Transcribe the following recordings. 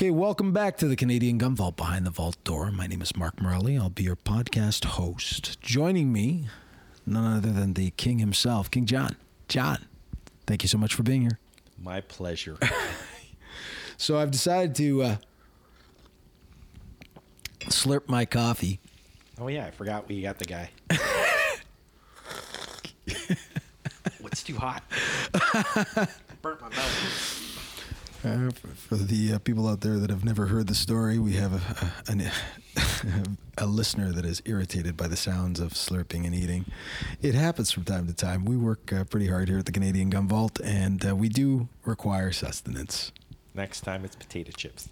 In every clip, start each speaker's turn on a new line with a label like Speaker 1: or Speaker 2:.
Speaker 1: Okay, welcome back to the Canadian Gun Vault Behind the Vault Door. My name is Mark Morelli. I'll be your podcast host. Joining me, none other than the King himself, King John. John, thank you so much for being here.
Speaker 2: My pleasure.
Speaker 1: So I've decided to uh, slurp my coffee.
Speaker 2: oh yeah, I forgot we got the guy. What's too hot? Burnt my mouth.
Speaker 3: Uh, for, for the uh, people out there that have never heard the story, we have a, a, an, a listener that is irritated by the sounds of slurping and eating. It happens from time to time. We work uh, pretty hard here at the Canadian Gun Vault, and uh, we do require sustenance.
Speaker 2: Next time it's potato chips.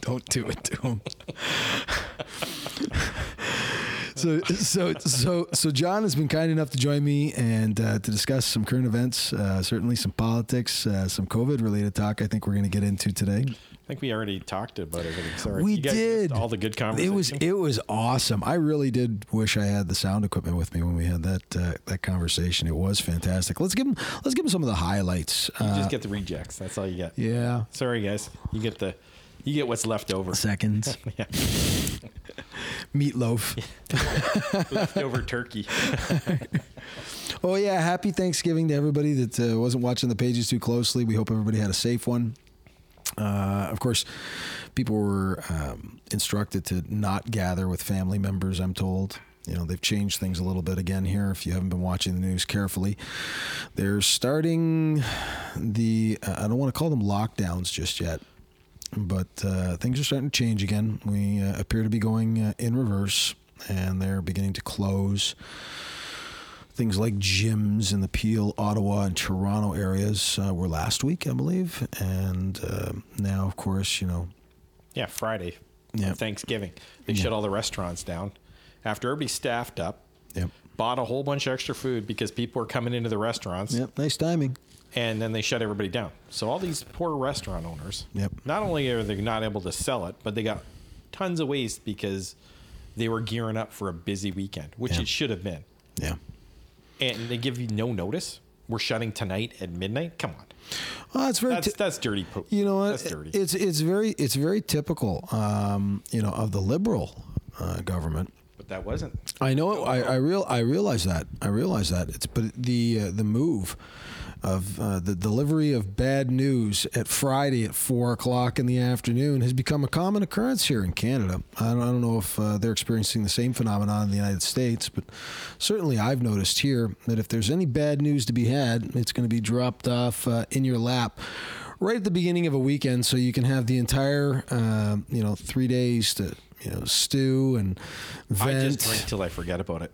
Speaker 3: Don't do it to him. so, so, so, so, John has been kind enough to join me and uh, to discuss some current events, uh, certainly some politics, uh, some COVID-related talk. I think we're going to get into today.
Speaker 2: I think we already talked about everything. Sorry,
Speaker 3: We
Speaker 2: You guys
Speaker 3: did
Speaker 2: missed all the good
Speaker 3: It
Speaker 2: conversation.
Speaker 3: was it was awesome. I really did wish I had the sound equipment with me when we had that uh, that conversation. It was fantastic. Let's give him let's give him some of the highlights.
Speaker 2: you
Speaker 3: Uh,
Speaker 2: just get the rejects. That's all you get.
Speaker 3: yeah,
Speaker 2: Sorry guys, you get the, you get what's left over.
Speaker 3: seconds.
Speaker 2: Yeah.
Speaker 3: Meatloaf.
Speaker 2: Leftover turkey.
Speaker 3: Oh yeah, happy Thanksgiving to everybody that uh, wasn't watching the pages too closely. We hope everybody had a safe one. Uh, of course, people were um, instructed to not gather with family members. I'm told. You know they've changed things a little bit again here. If you haven't been watching the news carefully, they're starting the. Uh, I don't want to call them lockdowns just yet, but uh, things are starting to change again. We uh, appear to be going uh, in reverse, and they're beginning to close things like gyms in the Peel, Ottawa, and Toronto areas uh, were last week, I believe. And uh, now, of course, you know,
Speaker 2: Yeah, Friday.
Speaker 3: Yep.
Speaker 2: Thanksgiving. They shut all the restaurants down. After everybody staffed up,
Speaker 3: yep,
Speaker 2: bought a whole bunch of extra food because people were coming into the restaurants.
Speaker 3: yep, nice timing.
Speaker 2: and then they shut everybody down. So all these poor restaurant owners,
Speaker 3: Yep.
Speaker 2: not only are they not able to sell it, but they got tons of waste because they were gearing up for a busy weekend, which
Speaker 3: Yeah.
Speaker 2: it should have been.
Speaker 3: Yeah.
Speaker 2: And they give you no notice. We're shutting tonight at midnight. Come on,
Speaker 3: Well, it's very.
Speaker 2: that's
Speaker 3: ti-
Speaker 2: that's dirty poop.
Speaker 3: you know what?
Speaker 2: That's dirty.
Speaker 3: It's it's very it's very typical, um, you know, of the liberal uh, government.
Speaker 2: but that wasn't.
Speaker 3: I know. I, I real. I realize that. I realize that. It's but the uh, the move of uh, the delivery of bad news at Friday at four o'clock in the afternoon has become a common occurrence here in Canada. I don't. I don't know if uh, they're experiencing the same phenomenon in the United States, but certainly I've noticed here that if there's any bad news to be had, it's going to be dropped off uh, in your lap right at the beginning of a weekend, so you can have the entire um, you know three days to. You know, stew and
Speaker 2: I
Speaker 3: vent.
Speaker 2: just drink till I forget about it.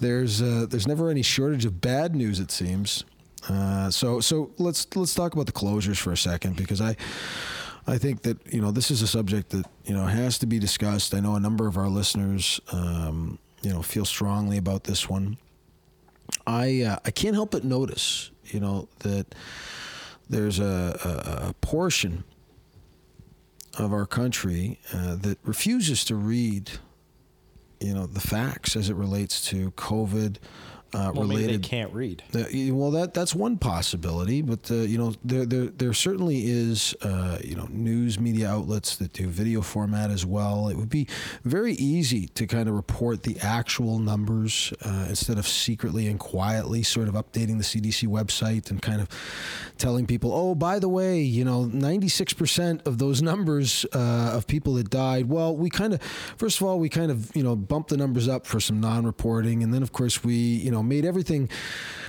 Speaker 3: There's uh, there's never any shortage of bad news, it seems. Uh, so so let's let's talk about the closures for a second because I I think that you know this is a subject that you know has to be discussed. I know a number of our listeners um, you know feel strongly about this one. I uh, I can't help but notice you know that there's a, a, a portion of our country uh, that refuses to read you know the facts as it relates to COVID uh,
Speaker 2: well, maybe they
Speaker 3: related
Speaker 2: can't read.
Speaker 3: uh, y- well, that that's one possibility, but uh, you know there there there certainly is uh, you know news media outlets that do video format as well. It would be very easy to kind of report the actual numbers uh, instead of secretly and quietly sort of updating the CDC website and kind of telling people, oh, by the way, you know, ninety six percent of those numbers uh, of people that died. Well, we kind of first of all we kind of you know bumped the numbers up for some non-reporting, and then of course we you know made everything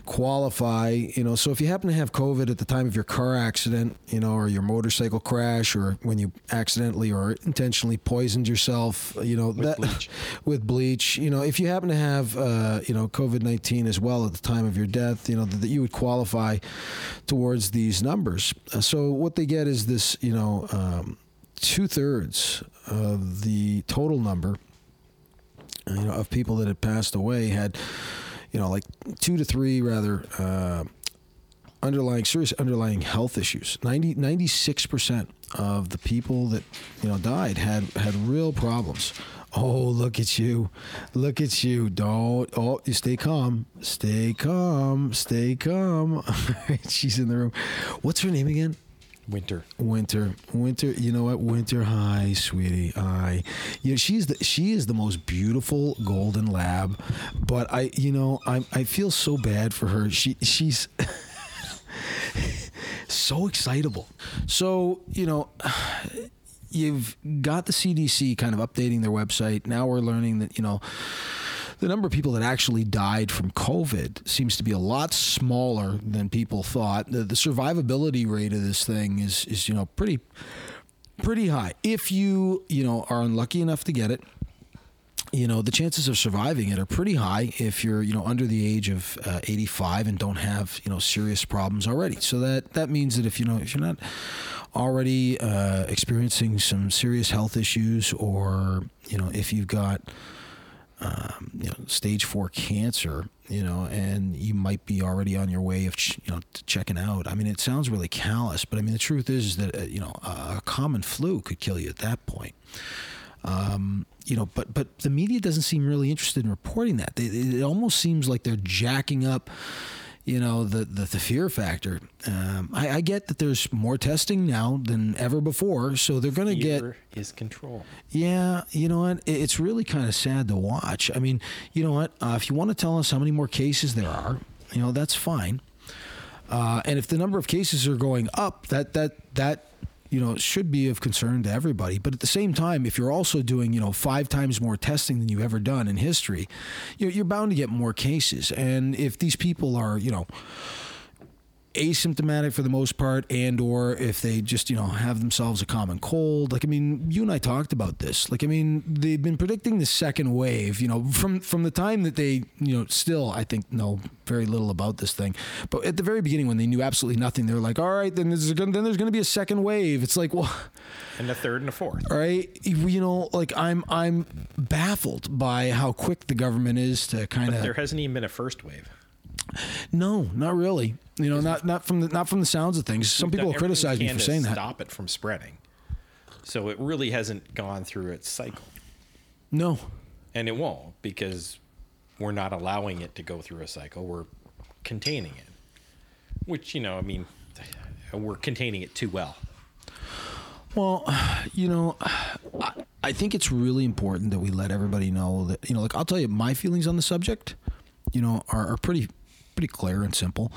Speaker 3: qualify, you know, so if you happen to have COVID at the time of your car accident, you know, or your motorcycle crash, or when you accidentally or intentionally poisoned yourself, you know, that
Speaker 2: bleach.
Speaker 3: with bleach, you know, if you happen to have, uh, you know, COVID 19 as well at the time of your death, you know, that you would qualify towards these numbers. Uh, so what they get is this, you know, um, two thirds of the total number you know, of people that had passed away had, you know, like two to three rather uh, underlying serious underlying health issues. 96 percent of the people that you know died had had real problems. Oh, look at you! Look at you! Don't oh, you stay calm, stay calm, stay calm. She's in the room. What's her name again?
Speaker 2: Winter.
Speaker 3: Winter, winter. You know what? Winter high, sweetie. I, you know, she's the she is the most beautiful golden lab, but I, you know, I I feel so bad for her. She she's so excitable. So you know. You've got the CDC kind of updating their website. Now we're learning that, you know, the number of people that actually died from COVID seems to be a lot smaller than people thought. The, the survivability rate of this thing is is you know pretty pretty high. If you you know are unlucky enough to get it, you know the chances of surviving it are pretty high if you're you know under the age of uh, 85 and don't have you know serious problems already so that that means that if you know if you're not already uh, experiencing some serious health issues or you know if you've got um, you know, stage four cancer, you know, and you might be already on your way of, ch- you know, t- checking out. I mean, it sounds really callous, but I mean, the truth is that, uh, you know, a, a common flu could kill you at that point. Um, you know, but but the media doesn't seem really interested in reporting that. They, it almost seems like they're jacking up, you know, the the, the fear factor. Um, I, I get that there's more testing now than ever before, so they're going to get
Speaker 2: Fear is control.
Speaker 3: yeah, you know what? It- It's really kind of sad to watch. I mean, you know what? Uh, if you want to tell us how many more cases there are, you know that's fine. Uh, and if the number of cases are going up, that that that you know should be of concern to everybody. But at the same time, if you're also doing you know five times more testing than you've ever done in history, you're, you're bound to get more cases. And if these people are you know asymptomatic for the most part and or if they just you know have themselves a common cold like i mean you and i talked about this like i mean they've been predicting the second wave you know from from the time that they you know still i think know very little about this thing but at the very beginning when they knew absolutely nothing they were like all right then there's gonna then there's gonna be a second wave it's like well
Speaker 2: And a third and a fourth.
Speaker 3: right you know like i'm i'm baffled by how quick the government is to kind of
Speaker 2: There hasn't even been a first wave.
Speaker 3: no not really you know not not from the not from the sounds of things some
Speaker 2: We've done
Speaker 3: people
Speaker 2: everything we
Speaker 3: criticize me
Speaker 2: can
Speaker 3: for
Speaker 2: to
Speaker 3: saying that
Speaker 2: Stop it from spreading. So it really hasn't gone through its cycle,
Speaker 3: No.
Speaker 2: and it won't because we're not allowing it to go through a cycle. We're containing it, which you know, I mean, we're containing it too well.
Speaker 3: Well, you know, I, I think it's really important that we let everybody know that you know, like I'll tell you my feelings on the subject, you know, are, are pretty pretty clear and simple.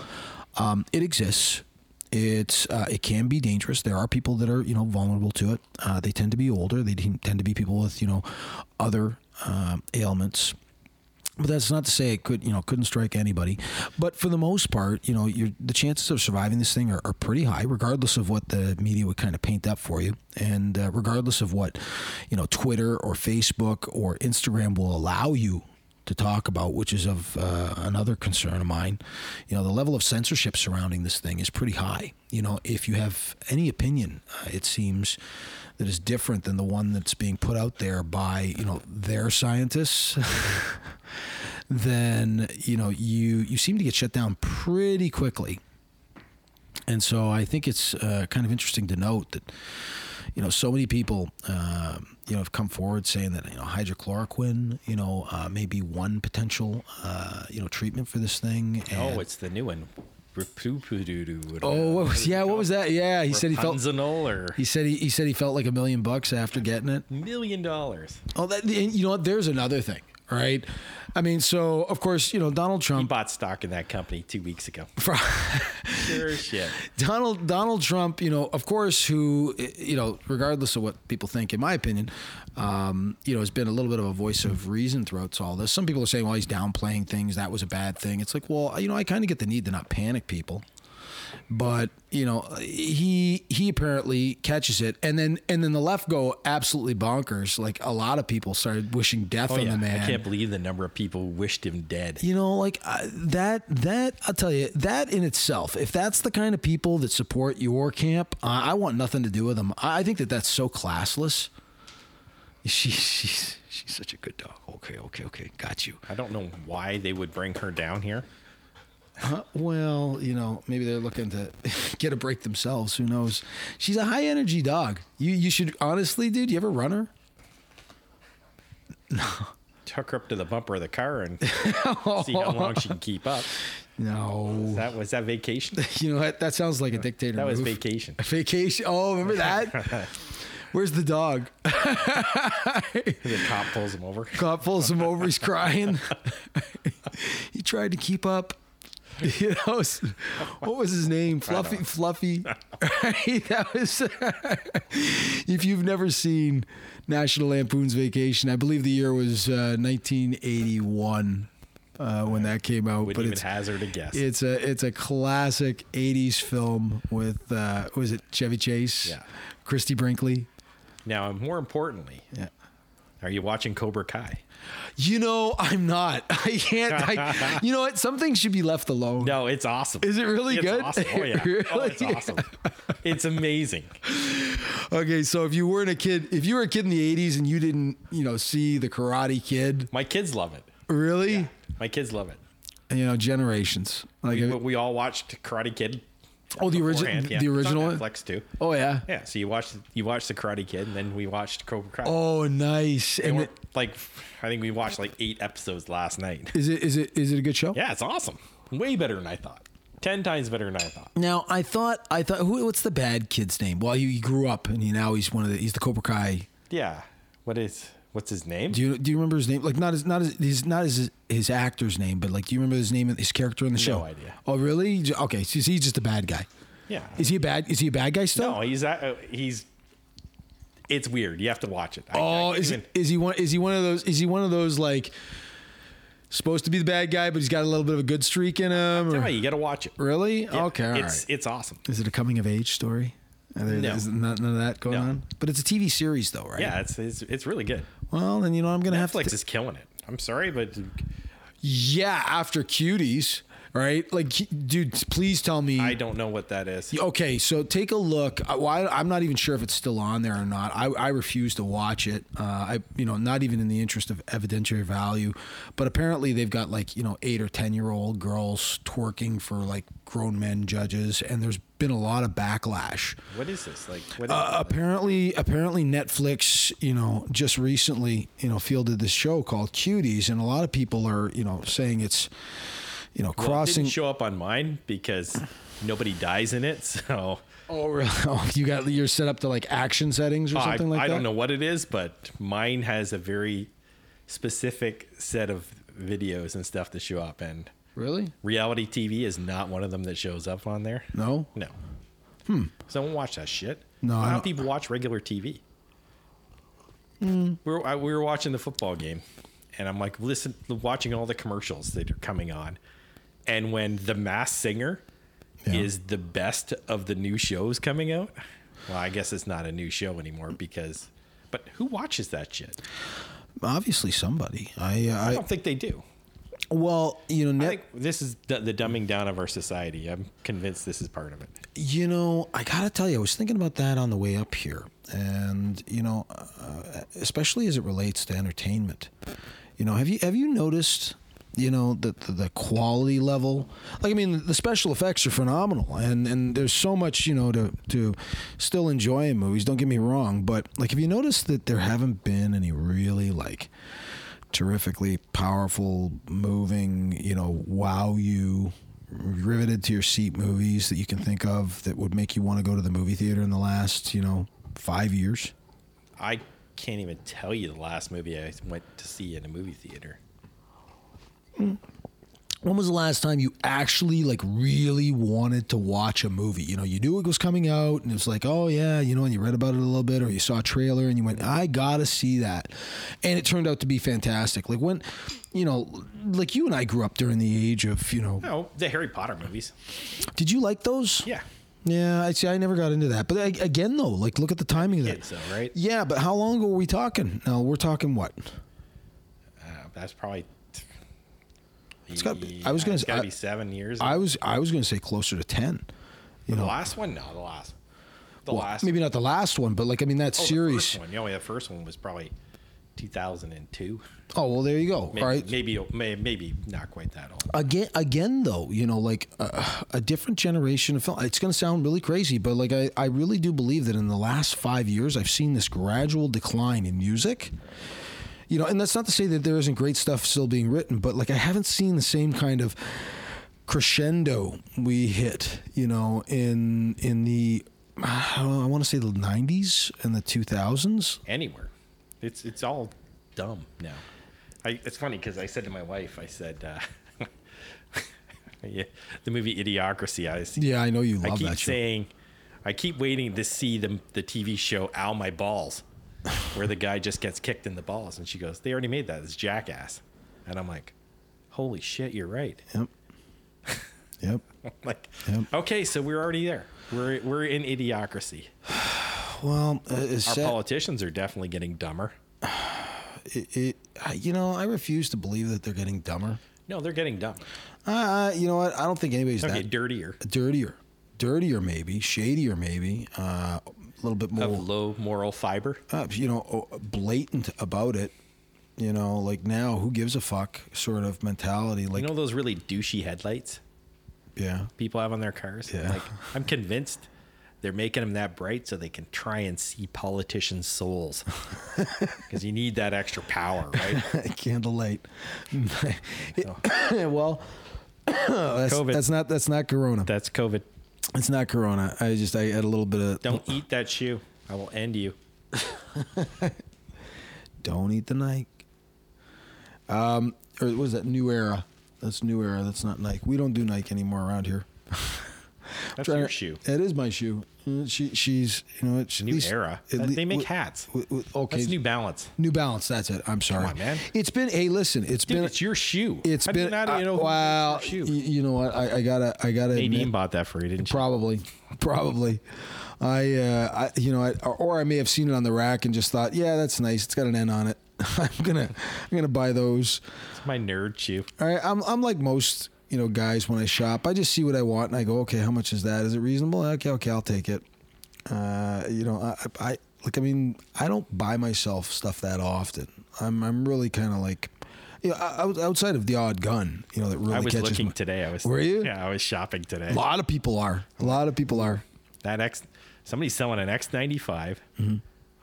Speaker 3: Um, it exists. It's uh, it can be dangerous. There are people that are you know vulnerable to it. Uh, they tend to be older. They t- tend to be people with you know other um, ailments. But that's not to say it could, you know, couldn't strike anybody. But for the most part, you know, you're, the chances of surviving this thing are, are pretty high, regardless of what the media would kind of paint up for you, and uh, regardless of what, you know, Twitter or Facebook or Instagram will allow you to talk about, which is of uh, another concern of mine. You know, the level of censorship surrounding this thing is pretty high. You know, if you have any opinion, uh, it seems that is different than the one that's being put out there by you know their scientists. then you know you you seem to get shut down pretty quickly. And so I think it's uh, kind of interesting to note that you know so many people um, you know have come forward saying that you know hydrochloroquine you know uh, may be one potential uh, you know treatment for this thing.
Speaker 2: Oh,
Speaker 3: And-
Speaker 2: it's the new one.
Speaker 3: oh
Speaker 2: Oh,
Speaker 3: what was, yeah, what was that? Yeah, he said he felt
Speaker 2: Rapunzel or
Speaker 3: he said he, he said he felt like a million bucks after getting it.
Speaker 2: million dollars.
Speaker 3: Oh, that and you know what? There's another thing, right? I mean, so of course, you know, Donald
Speaker 2: He
Speaker 3: Trump.
Speaker 2: bought stock in that company two weeks ago. Sure as shit.
Speaker 3: Donald Donald Trump, you know, of course, who eh, you know, regardless of what people think, in my opinion, um, you know, has been a little bit of a voice of reason throughout all this. Some people are saying, well, he's downplaying things. That was a bad thing. It's like, well, you know, I kind of get the need to not panic people, but you know, he he apparently catches it, and then and then the left go absolutely bonkers. Like a lot of people started wishing death
Speaker 2: Oh
Speaker 3: on
Speaker 2: yeah,
Speaker 3: the man.
Speaker 2: I can't believe the number of people who wished him dead.
Speaker 3: You know, like uh, that, that, I'll tell you, that in itself, if that's the kind of people that support your camp, uh, I want nothing to do with them. I, I think that that's so classless. She, she's, she's such a good dog. Okay, okay, okay. Got you.
Speaker 2: I don't know why they would bring her down here. Uh-huh.
Speaker 3: Uh, well, you know, maybe they're looking to get a break themselves. Who knows? She's a high energy dog. You, you should honestly, dude, you ever run her?
Speaker 2: Tuck her up to the bumper of the car and see how long she can keep up.
Speaker 3: No.
Speaker 2: That was that vacation.
Speaker 3: You know what? That sounds like a dictator.
Speaker 2: That was
Speaker 3: move.
Speaker 2: vacation.
Speaker 3: Vacation. Oh, remember that? Where's the dog?
Speaker 2: The cop pulls him over.
Speaker 3: Cop pulls him over. He's crying. he tried to keep up. You know, s- what was his name? Fluffy. Fluffy. Right? That was. if you've never seen National Lampoon's Vacation, I believe the year was uh, 1981 uh, when that came out.
Speaker 2: Wouldn't
Speaker 3: but
Speaker 2: even
Speaker 3: it's
Speaker 2: hazard a guess.
Speaker 3: It's a it's a classic '80s film with uh, was it Chevy Chase,
Speaker 2: Yeah.
Speaker 3: Christy Brinkley.
Speaker 2: now, more importantly,
Speaker 3: Yeah.
Speaker 2: are you watching Cobra Kai?
Speaker 3: You know, I'm not. I can't. I, you know what? Some things should be left alone.
Speaker 2: No, it's awesome.
Speaker 3: Is it really
Speaker 2: It's
Speaker 3: good?
Speaker 2: Awesome. Oh yeah. Oh, it's
Speaker 3: Really?
Speaker 2: awesome. It's amazing.
Speaker 3: Okay, so if you weren't a kid, if you were a kid in the '80s and you didn't, you know, see the Karate Kid,
Speaker 2: My kids love it.
Speaker 3: really,
Speaker 2: My kids love it.
Speaker 3: you know, generations. Like,
Speaker 2: We, we all watched Karate Kid.
Speaker 3: oh, the original,
Speaker 2: beforehand. Yeah.
Speaker 3: the
Speaker 2: It's on
Speaker 3: original one.
Speaker 2: Netflix too.
Speaker 3: Oh yeah.
Speaker 2: Yeah. So you watched you watched the Karate Kid, and then we watched Cobra Kai.
Speaker 3: Oh, nice.
Speaker 2: And
Speaker 3: And
Speaker 2: we're- like, I think we watched like eight episodes last night.
Speaker 3: is it is it is it a good show?
Speaker 2: Yeah, it's awesome. Way better than I thought. Ten times better than I thought.
Speaker 3: Now I thought I thought who what's the bad kid's name? Well, he, he grew up and he, now he's one of the he's the Cobra Kai.
Speaker 2: Yeah. What is what's his name?
Speaker 3: Do you do you remember his name? Like not his not his he's not his his actor's name, but like do you remember his name his character in the show?
Speaker 2: idea.
Speaker 3: Oh really? J- Okay, so he's just a bad guy.
Speaker 2: yeah.
Speaker 3: Is he a bad is he a bad guy still?
Speaker 2: no, he's that. Uh, he's. It's weird. You have to watch it. I- I
Speaker 3: Oh,
Speaker 2: can't
Speaker 3: is
Speaker 2: even-
Speaker 3: he, is he one is he one of those is he one of those like supposed to be the bad guy, but he's got a little bit of a good streak in him?
Speaker 2: Yeah,
Speaker 3: or-
Speaker 2: you got to watch it.
Speaker 3: really?
Speaker 2: Yeah,
Speaker 3: okay, all
Speaker 2: it's
Speaker 3: right.
Speaker 2: it's awesome.
Speaker 3: Is it a coming of age story? Are there,
Speaker 2: No.
Speaker 3: Is not none of that going
Speaker 2: No.
Speaker 3: on? But it's a TV series though, right?
Speaker 2: Yeah, it's it's, it's really good.
Speaker 3: Well, then you know what I'm gonna have to
Speaker 2: Netflix is killing it. I'm sorry, but
Speaker 3: Yeah, after cuties, right? Like, dude, please tell me.
Speaker 2: I don't know what that is.
Speaker 3: okay, so take a look. I, well, I, I'm not even sure if it's still on there or not. I, I refuse to watch it. Uh, I, you know, not even in the interest of evidentiary value. But apparently, they've got like you know eight or ten year old girls twerking for like grown men judges, and there's been a lot of backlash
Speaker 2: What is this? Like what is
Speaker 3: Uh, apparently apparently Netflix, you know, just recently, you know, fielded this show called Cuties and a lot of people are, you know, saying it's you know,
Speaker 2: Well, it
Speaker 3: crossing
Speaker 2: didn't show up on mine because nobody dies in it. So
Speaker 3: Oh, really? Oh, you got you're set up to like action settings or
Speaker 2: I,
Speaker 3: something like
Speaker 2: I
Speaker 3: that.
Speaker 2: don't know what it is, but mine has a very specific set of videos and stuff to show up, and
Speaker 3: Really?
Speaker 2: reality TV is not one of them that shows up on there.
Speaker 3: No.
Speaker 2: No. Hmm. So I don't watch that shit.
Speaker 3: No, I
Speaker 2: How
Speaker 3: don't-
Speaker 2: do people watch regular TV?
Speaker 3: Hmm.
Speaker 2: We, were, I, we were watching the football game, and I'm like, listen, watching all the commercials that are coming on. And when The Mass Singer
Speaker 3: Yeah.
Speaker 2: is the best of the new shows coming out, well, I guess it's not a new show anymore because, but who watches that shit?
Speaker 3: Obviously somebody. I uh,
Speaker 2: I
Speaker 3: I
Speaker 2: don't think they do.
Speaker 3: well, you know, net,
Speaker 2: I think this is the, the dumbing down of our society. I'm convinced this is part of it.
Speaker 3: you know, I got to tell you I was thinking about that on the way up here. And, you know, uh, especially as it relates to entertainment. You know, have you have you noticed? You know the, the the quality level. Like I mean, the special effects are phenomenal, and and there's so much you know to to still enjoy in movies. Don't get me wrong, but like, have you noticed that there haven't been any really like terrifically powerful, moving, you know, wow you riveted to your seat movies that you can think of that would make you want to go to the movie theater in the last you know five years?
Speaker 2: I can't even tell you the last movie I went to see in a movie theater.
Speaker 3: when was the last time you actually like really wanted to watch a movie? You know, you knew it was coming out and it was like, oh yeah, you know, and you read about it a little bit or you saw a trailer and you went, I gotta see that. And it turned out to be fantastic. Like when, you know, like you and I grew up during the age of, you know,
Speaker 2: No, the Harry Potter movies.
Speaker 3: did you like those?
Speaker 2: Yeah.
Speaker 3: Yeah, I see. I never got into that. But I, again, though, like look at the timing of that.
Speaker 2: Kids, though, uh, right?
Speaker 3: Yeah, but how long ago were we talking? No, we're talking what?
Speaker 2: Uh, that's probably. It's
Speaker 3: gotta be- I was gonna
Speaker 2: It's
Speaker 3: say-
Speaker 2: gotta
Speaker 3: I-
Speaker 2: be seven years.
Speaker 3: I was I was going to say closer to ten. You
Speaker 2: the
Speaker 3: know,
Speaker 2: last one, no, the last, the
Speaker 3: Well,
Speaker 2: last.
Speaker 3: maybe not the last one, but like I mean that
Speaker 2: oh, the
Speaker 3: series.
Speaker 2: first one. You know, the first one was probably 2002.
Speaker 3: Oh well, there you go.
Speaker 2: Maybe,
Speaker 3: All right.
Speaker 2: maybe, may- maybe not quite that old.
Speaker 3: Again, again, though, you know, like uh, a different generation of film. It's going to sound really crazy, but like I, I really do believe that in the last five years, I've seen this gradual decline in music. You know, and that's not to say that there isn't great stuff still being written, but like I haven't seen the same kind of crescendo we hit, you know, in in the I don't know, I want to say the 90s and the 2000s.
Speaker 2: anywhere. It's it's all dumb now. I, it's funny because I said to my wife, I said, uh, yeah, the movie Idiocracy. I was,
Speaker 3: Yeah, I know you
Speaker 2: I
Speaker 3: love
Speaker 2: keep
Speaker 3: that show.
Speaker 2: saying, I keep waiting to see the the TV show Ow My Balls, where the guy just gets kicked in the balls, and she goes, "They already made that. It's Jackass," and I'm like, "Holy shit, you're right."
Speaker 3: Yep. Yep.
Speaker 2: like,
Speaker 3: Yep.
Speaker 2: okay, so we're already there. We're we're in Idiocracy.
Speaker 3: Well, uh, it's
Speaker 2: Our
Speaker 3: sad-
Speaker 2: politicians are definitely getting dumber.
Speaker 3: it, it, I- you know, I refuse to believe that they're getting dumber.
Speaker 2: No, they're getting dumb.
Speaker 3: Uh, you know what? I don't think anybody's
Speaker 2: Okay,
Speaker 3: that
Speaker 2: dirtier.
Speaker 3: dirtier, dirtier maybe, shadier maybe, uh, a little bit more,
Speaker 2: Of low moral fiber.
Speaker 3: uh, you know, o- blatant about it. You know, like now, who gives a fuck sort of mentality. Like,
Speaker 2: You know those really douchey headlights
Speaker 3: yeah,
Speaker 2: people have on their cars?
Speaker 3: Yeah.
Speaker 2: Like, I'm convinced they're making them that bright so they can try and see politicians' souls. Because you need that extra power, right?
Speaker 3: candlelight. well, that's,
Speaker 2: COVID.
Speaker 3: that's not that's not Corona.
Speaker 2: That's COVID.
Speaker 3: It's not Corona. I just I had a little bit of
Speaker 2: Don't eat that shoe. I will end you.
Speaker 3: Don't eat the Nike. Um, or was that New Era? That's New Era. That's not Nike. We don't do Nike anymore around here.
Speaker 2: That's
Speaker 3: Trying
Speaker 2: your
Speaker 3: to-
Speaker 2: shoe.
Speaker 3: It is my shoe. Mm, She, she's, you know, it's at
Speaker 2: New
Speaker 3: least-
Speaker 2: era.
Speaker 3: at
Speaker 2: That-
Speaker 3: lea-
Speaker 2: they make
Speaker 3: wi-
Speaker 2: hats.
Speaker 3: wi- wi- okay.
Speaker 2: That's New
Speaker 3: new,
Speaker 2: Balance.
Speaker 3: Balance. That's it. I'm sorry,
Speaker 2: on, man.
Speaker 3: It's been. Hey, listen. It's
Speaker 2: Dude,
Speaker 3: been.
Speaker 2: it's your shoe.
Speaker 3: it's
Speaker 2: How do you
Speaker 3: been.
Speaker 2: not
Speaker 3: I-
Speaker 2: even know who
Speaker 3: well,
Speaker 2: makes your
Speaker 3: y-
Speaker 2: shoe?
Speaker 3: you know what? I, I gotta. I gotta. admit-
Speaker 2: Nadine bought that for you, didn't she?
Speaker 3: Probably, probably. I, uh, I you know, I, or, or I may have seen it on the rack and just thought, yeah, that's nice. It's got an N on it. I'm gonna, I'm gonna buy those.
Speaker 2: It's my nerd shoe.
Speaker 3: All right, I'm, I'm like most, you know, guys when I shop, I just see what I want and I go, okay, how much is that? Is it reasonable? Okay, okay, I'll take it. Uh, you know, I, I, like, I mean, I don't buy myself stuff that often. I'm, I'm really kind of like, you know, out- outside of the odd gun, you know, that really
Speaker 2: I was
Speaker 3: catches
Speaker 2: looking
Speaker 3: my-
Speaker 2: today. I was.
Speaker 3: Were you?
Speaker 2: Yeah, I was shopping today.
Speaker 3: A lot of people are. A lot of people are.
Speaker 2: that X, somebody's selling an X95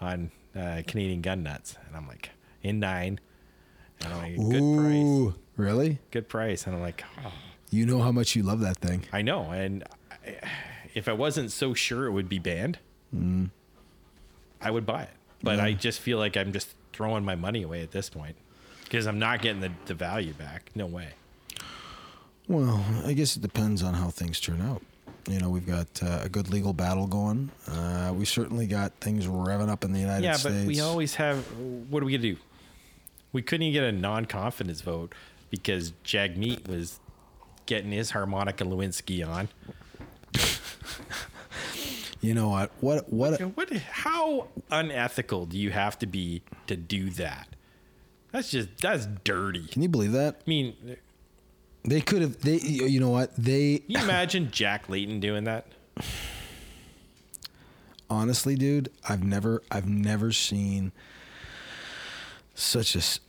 Speaker 2: on uh, Canadian Gun Nuts, and I'm like in nine, and I'm like good price,
Speaker 3: Ooh, really?
Speaker 2: good price, and I'm like, oh,
Speaker 3: You know how much you love that thing.
Speaker 2: I know, and I, if I wasn't so sure it would be banned, I would buy it, but I just feel like I'm just throwing my money away at this point because I'm not getting the, the value back. No way.
Speaker 3: Well, I guess it depends on how things turn out. You know, we've got uh, a good legal battle going. Uh, we certainly got things revving up in the United
Speaker 2: yeah,
Speaker 3: States.
Speaker 2: but we always have. What are we gonna do? We couldn't even get a non-confidence vote because Jagmeet was getting his harmonica Lewinsky on.
Speaker 3: You know what? What? What?
Speaker 2: You know, What? How unethical do you have to be to do that? That's just that's dirty.
Speaker 3: Can you believe that?
Speaker 2: I mean,
Speaker 3: They could have. They. You know what? They
Speaker 2: can you imagine Jack Layton doing that?
Speaker 3: honestly, dude, I've never, I've never seen such a, s-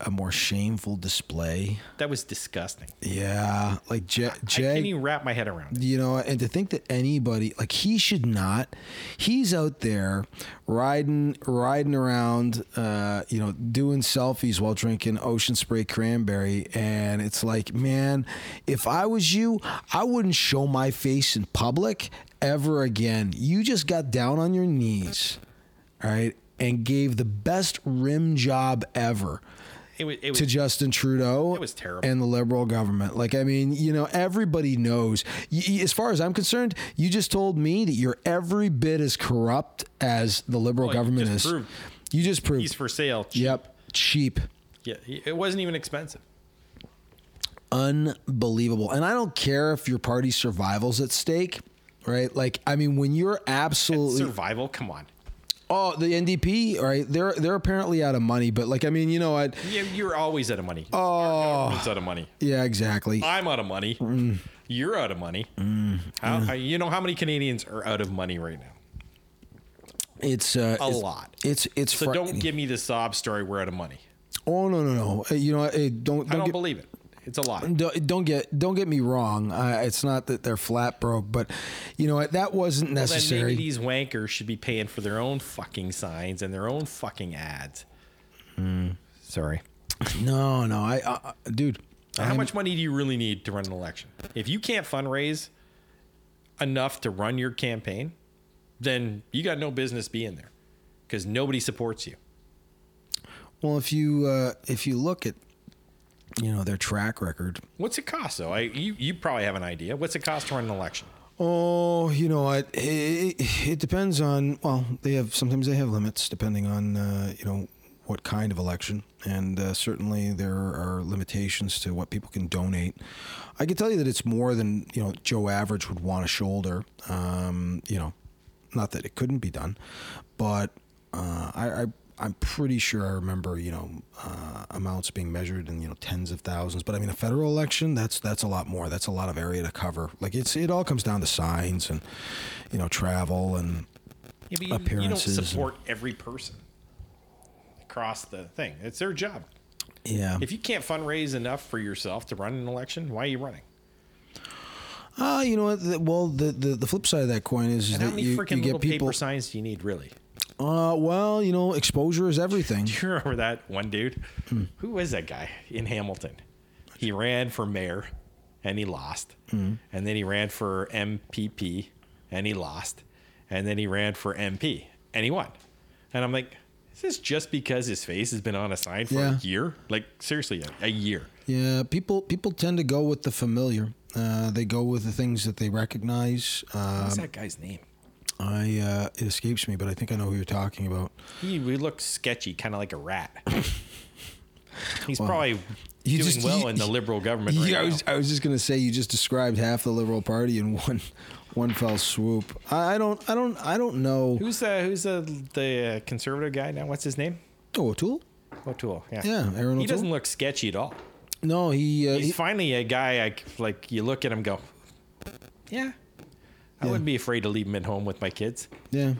Speaker 3: a more shameful display.
Speaker 2: That was disgusting.
Speaker 3: Yeah, like Ja-
Speaker 2: I
Speaker 3: Jag.
Speaker 2: can't even wrap my head around it.
Speaker 3: you know and to think that anybody like he should not he's out there riding riding around uh you know doing selfies while drinking ocean spray cranberry and it's like man if i was you i wouldn't show my face in public ever again you just got down on your knees all right and gave the best rim job ever
Speaker 2: It was. It was
Speaker 3: to Justin Trudeau. It
Speaker 2: was terrible.
Speaker 3: And the Liberal government. Like, I mean, you know, everybody knows. Y- y- as far as I'm concerned, you just told me that you're every bit as corrupt as the Liberal
Speaker 2: Well, you
Speaker 3: government
Speaker 2: just
Speaker 3: is.
Speaker 2: proved
Speaker 3: You just proved.
Speaker 2: he's for sale.
Speaker 3: Yep. Cheap.
Speaker 2: Yeah. It wasn't even expensive.
Speaker 3: Unbelievable. And I don't care if your party's survival's at stake. Right, like I mean, when you're absolutely
Speaker 2: Survival. Come on.
Speaker 3: oh the NDP, all right? They're they're apparently out of money, but like I mean, you know what?
Speaker 2: Yeah, you're always out of money. Oh, out of money.
Speaker 3: Yeah, exactly.
Speaker 2: I'm out of money. You're out of money. How, You know how many Canadians are out of money right now?
Speaker 3: It's uh, a
Speaker 2: lot.
Speaker 3: It's it's
Speaker 2: So don't
Speaker 3: frightening.
Speaker 2: give me the sob story. We're out of money.
Speaker 3: Oh no no no! Uh, You know, uh, don't don't,
Speaker 2: I don't
Speaker 3: get,
Speaker 2: believe it. It's a lie.
Speaker 3: don't, don't get don't get me wrong. Uh, it's not that they're flat broke, but you know what? that wasn't
Speaker 2: Then maybe
Speaker 3: necessary.
Speaker 2: these wankers should be paying for their own fucking signs and their own fucking ads. Sorry.
Speaker 3: no, no, I, I I- dude,
Speaker 2: How much money do you really need to run an election? If you can't fundraise enough to run your campaign, then you got no business being there because nobody supports you.
Speaker 3: Well, if you uh, if you look at you know their track record,
Speaker 2: What's it cost though? I you, you probably have an idea. What's it cost to run an election?
Speaker 3: Oh, you know what? It, it, it depends on. Well, they have sometimes they have limits depending on uh, you know what kind of election, and uh, certainly there are limitations to what people can donate. I can tell you that it's more than you know Joe Average would want to shoulder. Um, you know, not that it couldn't be done, but uh, I. I I'm pretty sure I remember, you know, uh, amounts being measured in you know tens of thousands. But I mean, a federal election that's that's a lot more. That's a lot of area to cover. Like it's it all comes down to signs and you know travel and
Speaker 2: Yeah, but you, you don't
Speaker 3: Appearances and-
Speaker 2: support every person across the thing. It's their job.
Speaker 3: yeah.
Speaker 2: If you can't fundraise enough for yourself to run an election, why are you running?
Speaker 3: Ah, you know what? The- Well, the, the the flip side of that coin is,
Speaker 2: And how
Speaker 3: that
Speaker 2: many
Speaker 3: you,
Speaker 2: freaking
Speaker 3: you
Speaker 2: little
Speaker 3: get people.
Speaker 2: paper signs do you need really?
Speaker 3: Uh, well, you know, exposure is everything.
Speaker 2: Do you remember that one dude?
Speaker 3: Hmm.
Speaker 2: Who was that guy in Hamilton? He ran for mayor and he lost.
Speaker 3: Hmm.
Speaker 2: And then he ran for MPP and he lost. And then he ran for MP and he won. And I'm like, is this just because his face has been on a sign for
Speaker 3: Yeah.
Speaker 2: a year? Like, seriously, a, a year.
Speaker 3: Yeah, people people tend to go with the familiar. Uh, they go with the things that they recognize. Uh,
Speaker 2: What's that guy's name?
Speaker 3: I uh, it escapes me, but I think I know who you're talking about.
Speaker 2: He, we look sketchy, kind of like a rat. He's probably
Speaker 3: you
Speaker 2: doing
Speaker 3: just-
Speaker 2: well
Speaker 3: you-
Speaker 2: in the liberal government right
Speaker 3: yeah, I
Speaker 2: now.
Speaker 3: was, I was just gonna say you just described half the Liberal Party in one one fell swoop. I, I don't I don't I don't know.
Speaker 2: Who's the who's the the uh, conservative guy now? What's his name?
Speaker 3: Oh, O'Toole?
Speaker 2: O'Toole. Yeah.
Speaker 3: Yeah, Aaron
Speaker 2: He
Speaker 3: O'Toole.
Speaker 2: doesn't look sketchy at all.
Speaker 3: No, he, uh,
Speaker 2: He's
Speaker 3: he
Speaker 2: finally a guy I c like you look at him go, yeah, I wouldn't be afraid to leave him at home with my kids.
Speaker 3: yeah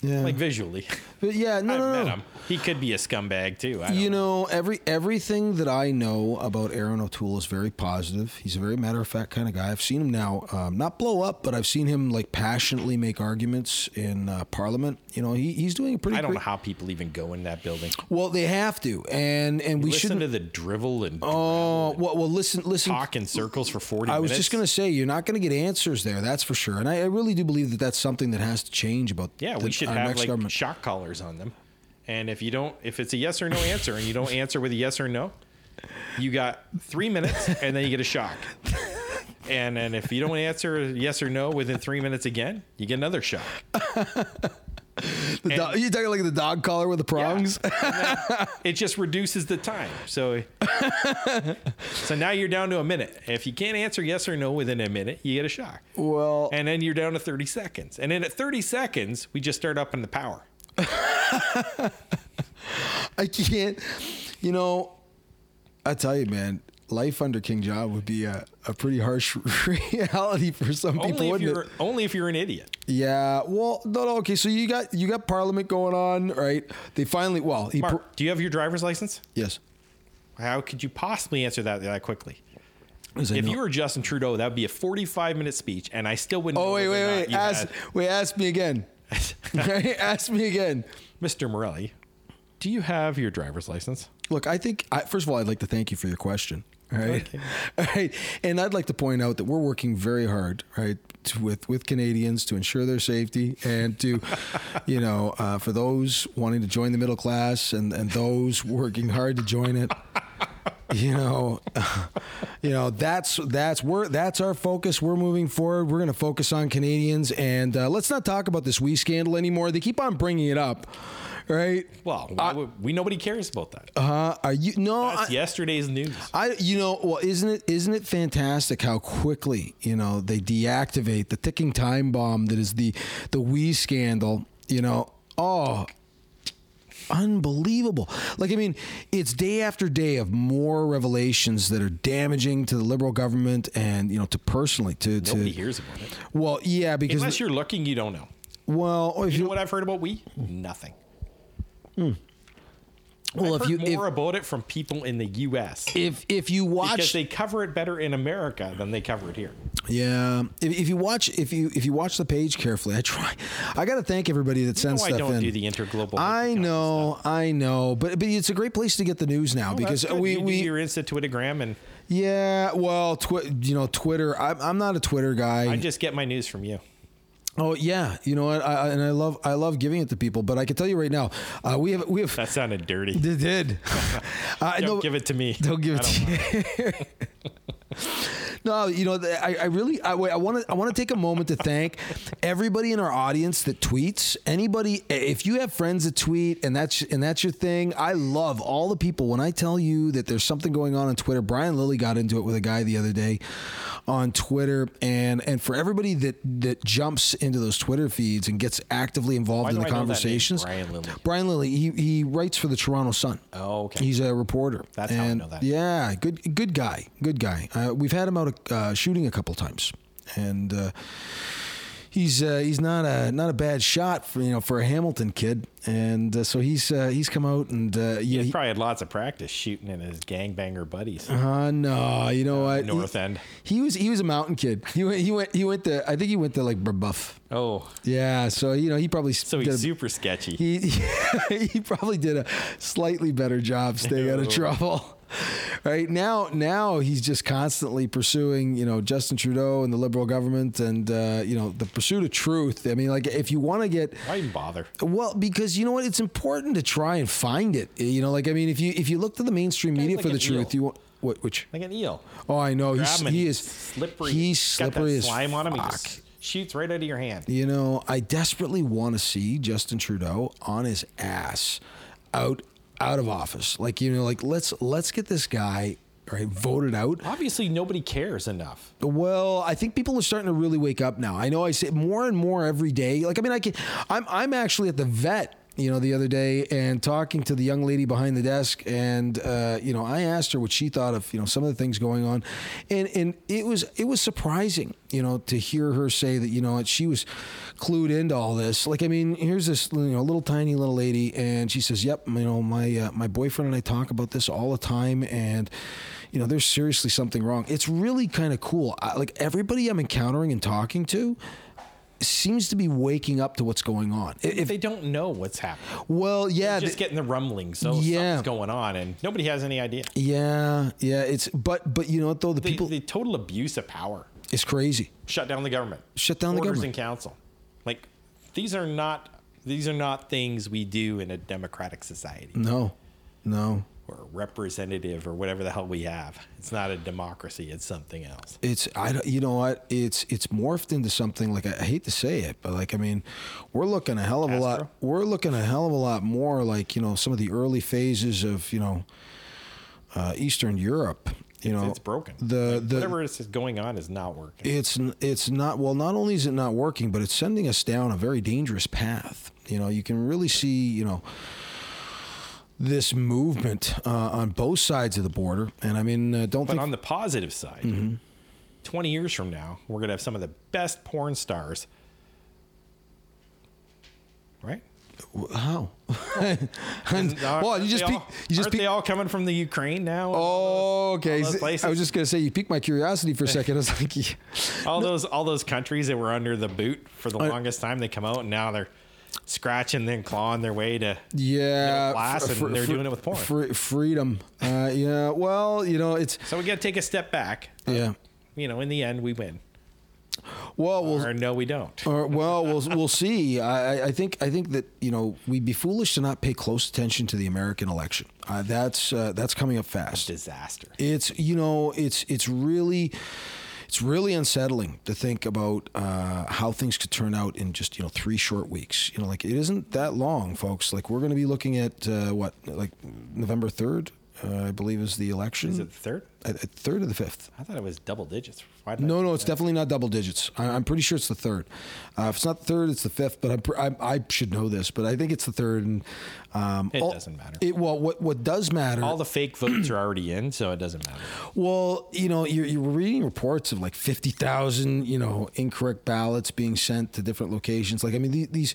Speaker 3: yeah.
Speaker 2: Like visually,
Speaker 3: but yeah, no,
Speaker 2: I've
Speaker 3: no,
Speaker 2: met
Speaker 3: no.
Speaker 2: him. He could be a scumbag too. I don't
Speaker 3: You
Speaker 2: know.
Speaker 3: know, every everything that I know about Aaron O'Toole is very positive. He's a very matter of fact kind of guy. I've seen him now, um, not blow up, but I've seen him like passionately make arguments in uh, Parliament. You know, he, he's doing a pretty.
Speaker 2: I don't know
Speaker 3: great-
Speaker 2: how people even go in that building.
Speaker 3: Well, they have to, and and we
Speaker 2: Listen
Speaker 3: shouldn't.
Speaker 2: to the drivel and
Speaker 3: Oh well, well, listen, listen.
Speaker 2: talk in circles for forty.
Speaker 3: I was
Speaker 2: minutes.
Speaker 3: just going to say, you're not going to get answers there. That's for sure. And I, I really do believe that that's something that has to change about
Speaker 2: Yeah,
Speaker 3: the-
Speaker 2: we should
Speaker 3: our
Speaker 2: have
Speaker 3: next
Speaker 2: like
Speaker 3: government.
Speaker 2: shock collars on them. And if you don't, if it's a yes or no answer, and you don't answer with a yes or no, you got three minutes, and then you get a shock. And then if you don't answer yes or no within three minutes again, you get another shock.
Speaker 3: The dog- you're talking like the dog collar with the prongs.
Speaker 2: It just reduces the time. So, so now you're down to a minute. If you can't answer yes or no within a minute, you get a shock.
Speaker 3: well,
Speaker 2: And then you're down to 30 seconds. And then at 30 seconds, we just start up in the power.
Speaker 3: I can't. You know, I tell you, man, life under King John would be a, a pretty harsh reality for some people,
Speaker 2: Only if
Speaker 3: wouldn't
Speaker 2: you're
Speaker 3: it?
Speaker 2: only if you're an idiot.
Speaker 3: Yeah. Well, no, no. Okay, so you got you got Parliament going on, right? They finally. Well, he. pro-
Speaker 2: Mark, do you have your driver's license?
Speaker 3: yes.
Speaker 2: How could you possibly answer that that quickly?
Speaker 3: As I
Speaker 2: If
Speaker 3: know-
Speaker 2: you were Justin Trudeau, that would be a 45 minute speech, and I still wouldn't.
Speaker 3: Oh
Speaker 2: know
Speaker 3: wait,
Speaker 2: whether
Speaker 3: wait,
Speaker 2: or not
Speaker 3: wait.
Speaker 2: you
Speaker 3: Ask, wait, ask me again. ask me again.
Speaker 2: had- Mr. Morelli, do you have your driver's license?
Speaker 3: Look, I think I, first of all, I'd like to thank you for your question. All right, all right, and I'd like to point out that we're working very hard, right, to, with with Canadians to ensure their safety and to, you know, uh, for those wanting to join the middle class and and those working hard to join it. You know, you know that's that's we're that's our focus. We're moving forward. We're going to focus on Canadians, and uh, let's not talk about this wee scandal anymore. They keep on bringing it up, right?
Speaker 2: Well, why would- we nobody cares about that.
Speaker 3: Uh, are you no? Uh, I- Uh,
Speaker 2: That's yesterday's news.
Speaker 3: I, you know, well, isn't it isn't it fantastic how quickly you know they deactivate the ticking time bomb that is the the Wii scandal? You know, oh, unbelievable! Like, I mean, it's day after day of more revelations that are damaging to the liberal government and you know to personally to
Speaker 2: Nobody
Speaker 3: to.
Speaker 2: hears about it.
Speaker 3: Well, yeah, because
Speaker 2: Unless you're looking, you don't know.
Speaker 3: well, if
Speaker 2: You
Speaker 3: you, Hmm.
Speaker 2: know what I've heard about we? Nothing.
Speaker 3: well,
Speaker 2: I've
Speaker 3: if
Speaker 2: heard
Speaker 3: you
Speaker 2: more
Speaker 3: if,
Speaker 2: about it from people in the U.S.
Speaker 3: if if you
Speaker 2: because
Speaker 3: watch
Speaker 2: they cover it better in America than they cover it here.
Speaker 3: Yeah, if, if you watch if you if you watch the page carefully, I try. I got to thank everybody that
Speaker 2: No,
Speaker 3: sends
Speaker 2: I
Speaker 3: stuff
Speaker 2: don't
Speaker 3: in.
Speaker 2: do the interglobal.
Speaker 3: I
Speaker 2: hookup.
Speaker 3: know, I know, but but it's a great place to get the news now
Speaker 2: Well, Oh,
Speaker 3: because
Speaker 2: that's good.
Speaker 3: we
Speaker 2: you do
Speaker 3: we
Speaker 2: your Insta Twittergram and
Speaker 3: Yeah, well, twi- you know, Twitter. I'm, I'm not a Twitter guy.
Speaker 2: I just get my news from you.
Speaker 3: oh yeah, you know what? I, I, and I love I love giving it to people. But I can tell you right now, uh, we have we have.
Speaker 2: That sounded dirty.
Speaker 3: they did. I
Speaker 2: Don't
Speaker 3: know-
Speaker 2: give it to me.
Speaker 3: Don't give
Speaker 2: I
Speaker 3: it to you. no, you know, the- I, I really, I want to, I want to take a moment to thank everybody in our audience that tweets. Anybody, if you have friends that tweet and that's and that's your thing, I love all the people. When I tell you that there's something going on on Twitter, Brian Lilly got into it with a guy the other day on Twitter, and and for everybody that that jumps into those Twitter feeds and gets actively involved
Speaker 2: Why
Speaker 3: in
Speaker 2: do
Speaker 3: the
Speaker 2: I know that name,
Speaker 3: conversations,
Speaker 2: Brian Lilly?
Speaker 3: Brian Lilly, he he writes for the Toronto Sun.
Speaker 2: Oh, okay.
Speaker 3: He's a reporter.
Speaker 2: That's how I know that.
Speaker 3: Yeah, good good guy, good guy. Uh, we've had him out uh, shooting a couple times, and uh, he's uh, he's not a not a bad shot for you know for a Hamilton kid, and uh, so he's uh, he's come out and uh, yeah.
Speaker 2: He's
Speaker 3: he-
Speaker 2: probably had lots of practice shooting in his gangbanger buddies.
Speaker 3: uh, no, you know what?
Speaker 2: North
Speaker 3: he,
Speaker 2: End.
Speaker 3: He was he was a mountain kid. He went he went he went to I think he went to like Brebuff.
Speaker 2: Oh,
Speaker 3: Yeah, so you know he probably
Speaker 2: so
Speaker 3: did
Speaker 2: he's
Speaker 3: a-
Speaker 2: super sketchy.
Speaker 3: he he probably did a slightly better job staying out of
Speaker 2: Ew.
Speaker 3: trouble. Right now, now he's just constantly pursuing, you know, Justin Trudeau and the Liberal government, and uh, you know, the pursuit of truth. I mean, like, if you want to get
Speaker 2: Why even bother?
Speaker 3: well, because you know what, it's important to try and find it. You know, like, I mean, if you if you look to the mainstream
Speaker 2: Guy's
Speaker 3: media
Speaker 2: like
Speaker 3: for the
Speaker 2: an
Speaker 3: truth,
Speaker 2: eel.
Speaker 3: you want what? Which
Speaker 2: Like an eel.
Speaker 3: oh, I know
Speaker 2: Grab
Speaker 3: he's,
Speaker 2: him and
Speaker 3: he
Speaker 2: he's
Speaker 3: is
Speaker 2: slippery.
Speaker 3: He's
Speaker 2: He's got
Speaker 3: slippery
Speaker 2: that
Speaker 3: as
Speaker 2: slime on him. He
Speaker 3: fuck.
Speaker 2: just shoots right out of your hand.
Speaker 3: You know, I desperately want to see Justin Trudeau on his ass out out of office. Like, you know, like let's let's get this guy right voted out.
Speaker 2: Obviously, nobody cares enough.
Speaker 3: Well, I think people are starting to really wake up now. I know I say more and more every day. Like, I mean, I can I'm I'm actually at the vet you know, the other day, and talking to the young lady behind the desk, and uh, you know, I asked her what she thought of you know some of the things going on, and and it was it was surprising, you know, to hear her say that you know she was clued into all this. Like, I mean, here's this you know little tiny little lady, and she says, "Yep, you know, my uh, my boyfriend and I talk about this all the time, and you know, there's seriously something wrong." It's really kind of cool. I, like everybody I'm encountering and talking to. Seems to be waking up to what's going on. I- If,
Speaker 2: They don't know what's happening.
Speaker 3: well, yeah,
Speaker 2: They're
Speaker 3: th-
Speaker 2: just getting the rumblings. So
Speaker 3: Yeah.
Speaker 2: something's going on, and nobody has any idea.
Speaker 3: yeah, yeah. It's but but you know what though, the
Speaker 2: The,
Speaker 3: people
Speaker 2: the total abuse of power.
Speaker 3: it's crazy.
Speaker 2: Shut down the government.
Speaker 3: Shut down the
Speaker 2: Orders
Speaker 3: government.
Speaker 2: in council. Like these are not these are not things we do in a democratic society
Speaker 3: No, no.
Speaker 2: or representative or whatever the hell we have. It's not a democracy. It's something else.
Speaker 3: It's I don't. You know what? It's it's morphed into something like I, I hate to say it, but like I mean, we're looking a hell of a lot.
Speaker 2: Castro?
Speaker 3: We're looking a hell of a lot more like you know some of the early phases of you know uh, Eastern Europe. You know,
Speaker 2: it's broken.
Speaker 3: The the
Speaker 2: whatever is going on is not working.
Speaker 3: it's it's not well not only is it not working but it's sending us down a very dangerous path you know you can really see you know this movement uh, on both sides of the border and i mean uh, don't
Speaker 2: But
Speaker 3: think
Speaker 2: on the positive side,
Speaker 3: Mm-hmm.
Speaker 2: 20 years from now, we're going to have some of the best porn stars. Right?
Speaker 3: how and, well you just peek,
Speaker 2: Aren't they all-
Speaker 3: you just
Speaker 2: aren't they
Speaker 3: peek,
Speaker 2: all coming from the Ukraine now?
Speaker 3: oh okay
Speaker 2: those places?
Speaker 3: i was just going to say you piqued my curiosity for a second i was like yeah.
Speaker 2: all those all those countries that were under the boot for the longest time, they come out and now they're scratching and clawing their way to
Speaker 3: yeah,
Speaker 2: class
Speaker 3: fr-
Speaker 2: and
Speaker 3: fr-
Speaker 2: they're
Speaker 3: fr-
Speaker 2: doing it with porn.
Speaker 3: fr- freedom. Uh, yeah, well, you know, it's
Speaker 2: So we got to take a step back.
Speaker 3: yeah.
Speaker 2: You know, in the end, we win.
Speaker 3: Well, we'll
Speaker 2: Or no, we don't.
Speaker 3: Or, well, we'll we'll see. I, I- I think I think that you know we'd be foolish to not pay close attention to the American election. Uh, that's uh, that's coming up fast.
Speaker 2: Disaster.
Speaker 3: It's you know it's it's really it's really unsettling to think about uh, how things could turn out in just you know three short weeks. You know, like it isn't that long, folks. Like we're going to be looking at uh, what like November third, uh, I believe, is the election. Uh,
Speaker 2: Is it the third?
Speaker 3: third or the fifth?
Speaker 2: I thought it was double digits. Why did I
Speaker 3: No, no, it's definitely not double digits. I, I'm pretty sure it's the third. Uh, if it's not the third, it's the fifth. But I'm, pr- I, I should know this, but I think it's the third. And um,
Speaker 2: It doesn't matter.
Speaker 3: It, well, what what does matter?
Speaker 2: all the fake votes are already in, so it doesn't matter.
Speaker 3: well, you know, you're, you're reading reports of like fifty thousand, you know, incorrect ballots being sent to different locations. Like, I mean, the- these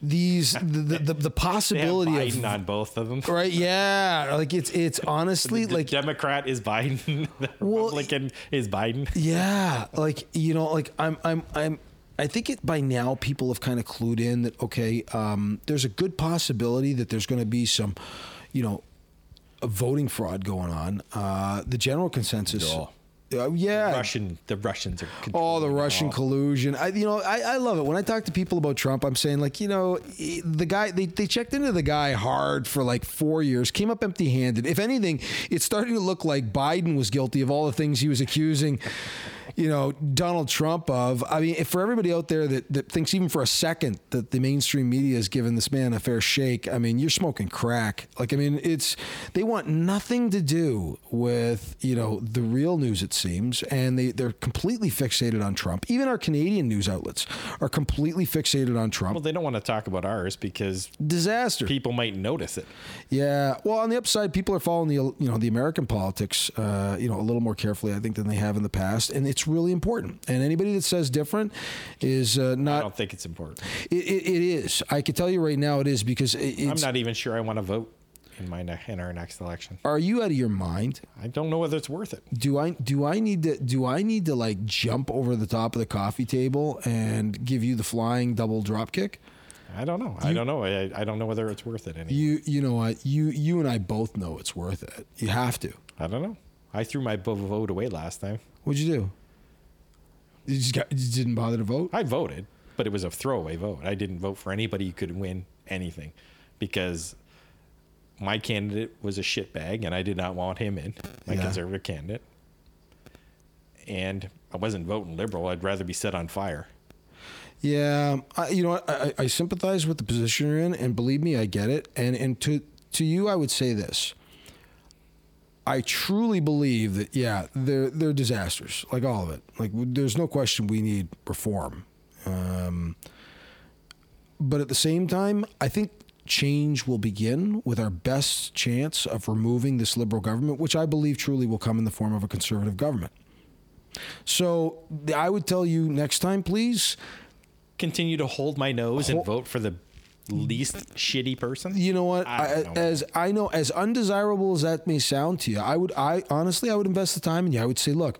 Speaker 3: these the the, the, the
Speaker 2: They have
Speaker 3: possibility
Speaker 2: Biden
Speaker 3: of
Speaker 2: on both of them.
Speaker 3: right, yeah, like it's it's honestly
Speaker 2: The
Speaker 3: like
Speaker 2: Democrat is Biden. The
Speaker 3: Well,
Speaker 2: Republican is Biden.
Speaker 3: Yeah, like you know, like I'm, I'm, I'm. I think it by now people have kind of clued in that okay, um, there's a good possibility that there's going to be some, you know, of voting fraud going on. Uh, the general consensus.
Speaker 2: all.
Speaker 3: Uh, yeah.
Speaker 2: Russian, the Russians are.
Speaker 3: Oh, the
Speaker 2: controlling it
Speaker 3: Russian
Speaker 2: all.
Speaker 3: collusion. I, you know, I, I love it. When I talk to people about Trump, I'm saying, like, you know, he- the guy, they, they checked into the guy hard for like four years, came up empty handed. If anything, it's starting to look like Biden was guilty of all the things he was accusing, you know, Donald Trump of. I mean, if for everybody out there that, that thinks even for a second that the mainstream media has given this man a fair shake, I mean, you're smoking crack. Like, I mean, it's, they want nothing to do with, you know, the real news, it seems. And they, they're completely fixated on Trump. Even our Canadian news outlets are completely fixated on Trump.
Speaker 2: Well, they don't want to talk about ours because
Speaker 3: Disaster.
Speaker 2: people might notice it.
Speaker 3: Yeah. Well, on the upside, people are following the you know the American politics uh, you know a little more carefully, I think, than they have in the past, and it's really important. And anybody that says different is uh,
Speaker 2: I
Speaker 3: not.
Speaker 2: don't think it's important.
Speaker 3: It, it, it is. I can tell you right now, it is because it, it's.
Speaker 2: I'm not even sure I want to vote in my ne- in our next election.
Speaker 3: are you out of your mind?
Speaker 2: I don't know whether it's worth it.
Speaker 3: Do I do I need to do I need to like jump over the top of the coffee table and give you the flying double drop kick?
Speaker 2: I don't know. I don't know. I, I don't know whether it's worth it anymore.
Speaker 3: You you know what you you and I both know it's worth it. You have to.
Speaker 2: I don't know. I threw my bo- vote away last time.
Speaker 3: What'd you do? You just got you just didn't bother to vote.
Speaker 2: I voted, but it was a throwaway vote. I didn't vote for anybody who could win anything because my candidate was a shitbag and I did not want him in, my
Speaker 3: Yeah.
Speaker 2: conservative candidate. And I wasn't voting liberal. I'd rather be set on fire.
Speaker 3: Yeah, I, you know, I, I, I sympathize with the position you're in, and believe me, I get it. And and to to you, I would say this: I truly believe that yeah, they're they're disasters, like all of it. Like w- there's no question we need reform. Um, but at the same time, I think change will begin with our best chance of removing this liberal government, which I believe truly will come in the form of a conservative government. So th- I would tell you next time, please.
Speaker 2: Continue to hold my nose and vote for the least shitty person.
Speaker 3: You know what?
Speaker 2: I
Speaker 3: I
Speaker 2: don't know.
Speaker 3: as I know, as undesirable as that may sound to you, I would, I honestly, I would invest the time in you. I would say, look,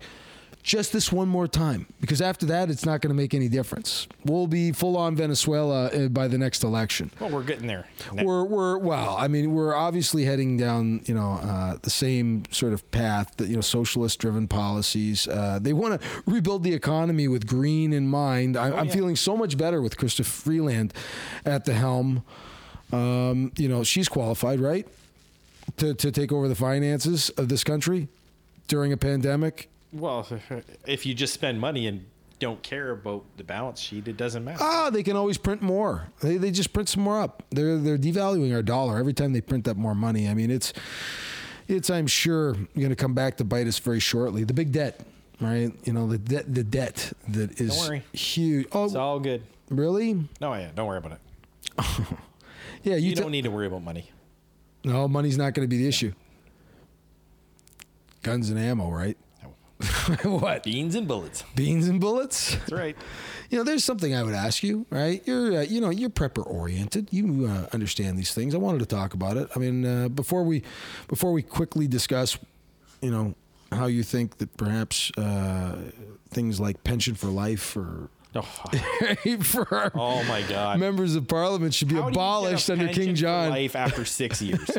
Speaker 3: just this one more time, because after that, it's not going to make any difference. We'll be full on Venezuela uh, by the next election.
Speaker 2: Well, we're getting there.
Speaker 3: We're, we're well. I mean, we're obviously heading down, you know, uh, the same sort of path that you know, socialist-driven policies. Uh, they want to rebuild the economy with green in mind. I, I'm
Speaker 2: yeah.
Speaker 3: feeling so much better with Krista Freeland at the helm. Um, you know, she's qualified, right, to to take over the finances of this country during a pandemic.
Speaker 2: Well, if you just spend money and don't care about the balance sheet, it doesn't matter.
Speaker 3: Ah, they can always print more. They, they just print some more up. They're they're devaluing our dollar every time they print up more money. I mean, it's it's I'm sure going to come back to bite us very shortly. The big debt, right? You know, the debt the debt that is
Speaker 2: worry.
Speaker 3: huge. Oh,
Speaker 2: It's all good.
Speaker 3: really?
Speaker 2: No, yeah, don't worry about it.
Speaker 3: Yeah, you,
Speaker 2: You
Speaker 3: te-
Speaker 2: don't need to worry about money.
Speaker 3: No, money's not going to be the issue. Guns and ammo, right? what?
Speaker 2: Beans and bullets.
Speaker 3: Beans and bullets?
Speaker 2: That's right.
Speaker 3: you know, there's something I would ask you, right? You're, uh, you know, you're prepper oriented. You uh, understand these things. I wanted to talk about it. I mean, uh, before we, before we quickly discuss, you know, how you think that perhaps uh, things like pension for life or
Speaker 2: Oh,
Speaker 3: for our
Speaker 2: oh my God.
Speaker 3: members of parliament should be
Speaker 2: How do you get a
Speaker 3: abolished under
Speaker 2: pension
Speaker 3: King
Speaker 2: for
Speaker 3: John.
Speaker 2: Life after six years.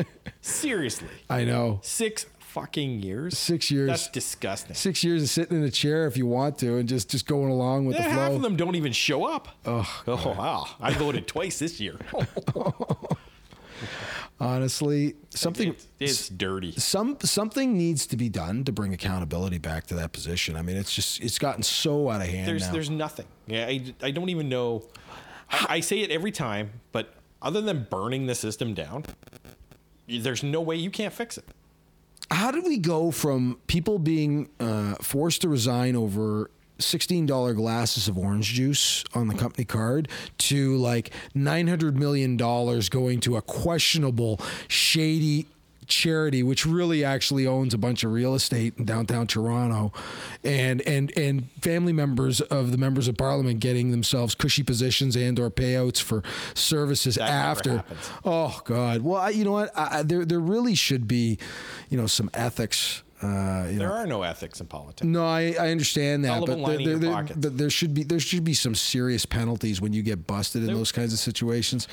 Speaker 2: Seriously,
Speaker 3: I know.
Speaker 2: six fucking years.
Speaker 3: Six years.
Speaker 2: That's disgusting.
Speaker 3: Six years of sitting in a chair if you want to, and just just going along with
Speaker 2: Yeah,
Speaker 3: the flow.
Speaker 2: half of them don't even show up. Oh, wow! I voted twice this year.
Speaker 3: Honestly, something
Speaker 2: It's, it's dirty.
Speaker 3: some something needs to be done to bring accountability back to that position. I mean, it's just it's gotten so out of hand
Speaker 2: There's
Speaker 3: now.
Speaker 2: there's nothing. Yeah, I, I don't even know. I, I say it every time, but other than burning the system down, there's no way you can't fix it.
Speaker 3: How did we go from people being uh, forced to resign over? $16 glasses of orange juice on the company card to like $900 million going to a questionable, shady charity, which really actually owns a bunch of real estate in downtown Toronto, and and and family members of the members of parliament getting themselves cushy positions and or payouts for services
Speaker 2: never
Speaker 3: after.
Speaker 2: happens.
Speaker 3: Oh God! Well, I, you know what? I, I, there there really should be, you know, some ethics. Uh, you
Speaker 2: There
Speaker 3: know,
Speaker 2: are no ethics in politics.
Speaker 3: no, I, I understand that,
Speaker 2: all
Speaker 3: but
Speaker 2: about lining
Speaker 3: there,
Speaker 2: your
Speaker 3: there,
Speaker 2: pockets.
Speaker 3: there, there should be there should be some serious penalties when you get busted in
Speaker 2: There-
Speaker 3: those kinds of situations.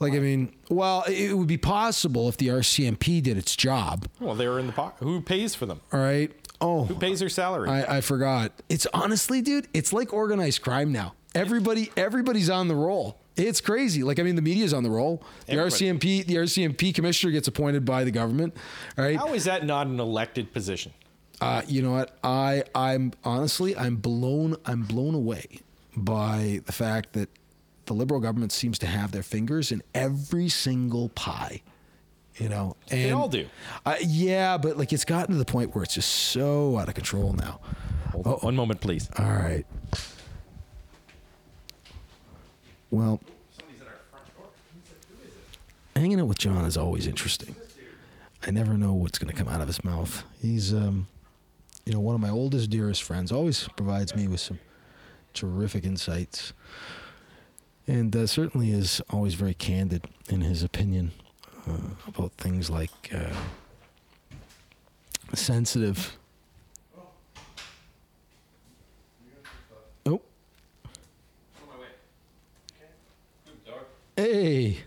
Speaker 3: Like I mean, well, it would be possible if the RCMP did its job.
Speaker 2: Well, they're in the pocket. Who pays for them?
Speaker 3: All right. Oh,
Speaker 2: Who pays their salary?
Speaker 3: I, I forgot. It's honestly, dude, it's like organized crime now. Everybody, everybody's on the roll. It's crazy. Like I mean, the media's on the roll. The
Speaker 2: Everybody.
Speaker 3: RCMP, the RCMP commissioner gets appointed by the government. All right.
Speaker 2: How is that not an elected position?
Speaker 3: Uh, you know what? I, I'm honestly, I'm blown, I'm blown away by the fact that the liberal government seems to have their fingers in every single pie. You know, and
Speaker 2: all do.
Speaker 3: Uh, yeah, but like it's gotten to the point where it's just so out of control now.
Speaker 2: Hold on. One moment, please.
Speaker 3: All right. Well, hanging out with John is always interesting. I never know what's going to come out of his mouth. He's, um, you know, one of my oldest, dearest friends. Always provides me with some terrific insights, and uh, certainly is always very candid in his opinion uh, about things like uh, sensitive. Oh, hey,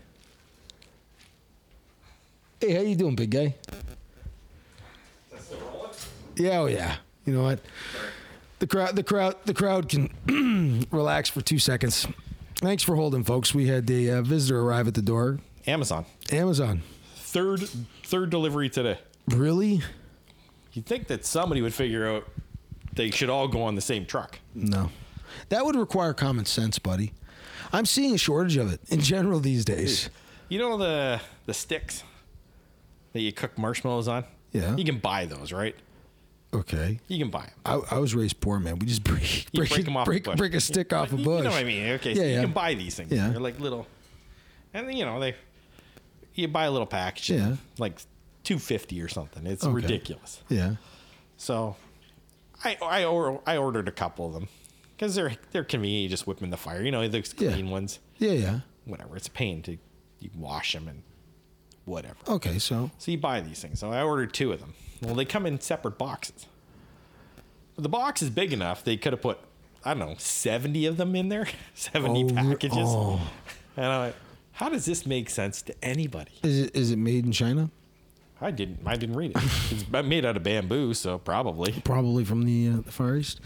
Speaker 3: hey, how you doing, big guy? Yeah, oh yeah. You know what? The crowd, the crowd, the crowd can relax for two seconds. Thanks for holding, folks. We had a uh, visitor arrive at the door.
Speaker 2: Amazon.
Speaker 3: Amazon.
Speaker 2: Third third delivery today.
Speaker 3: Really?
Speaker 2: You'd think that somebody would figure out they should all go on the same truck.
Speaker 3: No. That would require common sense, buddy. I'm seeing a shortage of it in general these days.
Speaker 2: You know the the sticks that you cook marshmallows on?
Speaker 3: Yeah.
Speaker 2: You can buy those, right?
Speaker 3: Okay.
Speaker 2: You can buy them.
Speaker 3: I, I was raised poor, man. We just break,
Speaker 2: You
Speaker 3: break,
Speaker 2: break
Speaker 3: a-
Speaker 2: 'em off a
Speaker 3: break,
Speaker 2: bush.
Speaker 3: break a stick off a
Speaker 2: You-
Speaker 3: bush.
Speaker 2: You know what I mean? Okay, so
Speaker 3: Yeah,
Speaker 2: you
Speaker 3: yeah.
Speaker 2: can buy these things.
Speaker 3: Yeah.
Speaker 2: They're like little, and you know they, you buy a little package,
Speaker 3: Yeah.
Speaker 2: like two fifty or something. It's
Speaker 3: Okay.
Speaker 2: ridiculous.
Speaker 3: Yeah.
Speaker 2: So, I I, or, I ordered a couple of them because they're they're convenient. You just whip them in the fire. You know those
Speaker 3: Yeah.
Speaker 2: clean ones.
Speaker 3: Yeah, yeah.
Speaker 2: Whatever. It's a pain to you wash them and whatever.
Speaker 3: Okay, so
Speaker 2: So you buy these things. So I ordered two of them. Well, they come in separate boxes. But the box is big enough. They could have put, I don't know, 70 of them in there, 70
Speaker 3: Oh,
Speaker 2: packages.
Speaker 3: oh.
Speaker 2: And I'm like, how does this make sense to anybody?
Speaker 3: is it is it made in China?
Speaker 2: I didn't I didn't read it. It's ba- made out of bamboo, so probably.
Speaker 3: probably from the uh, the Far East.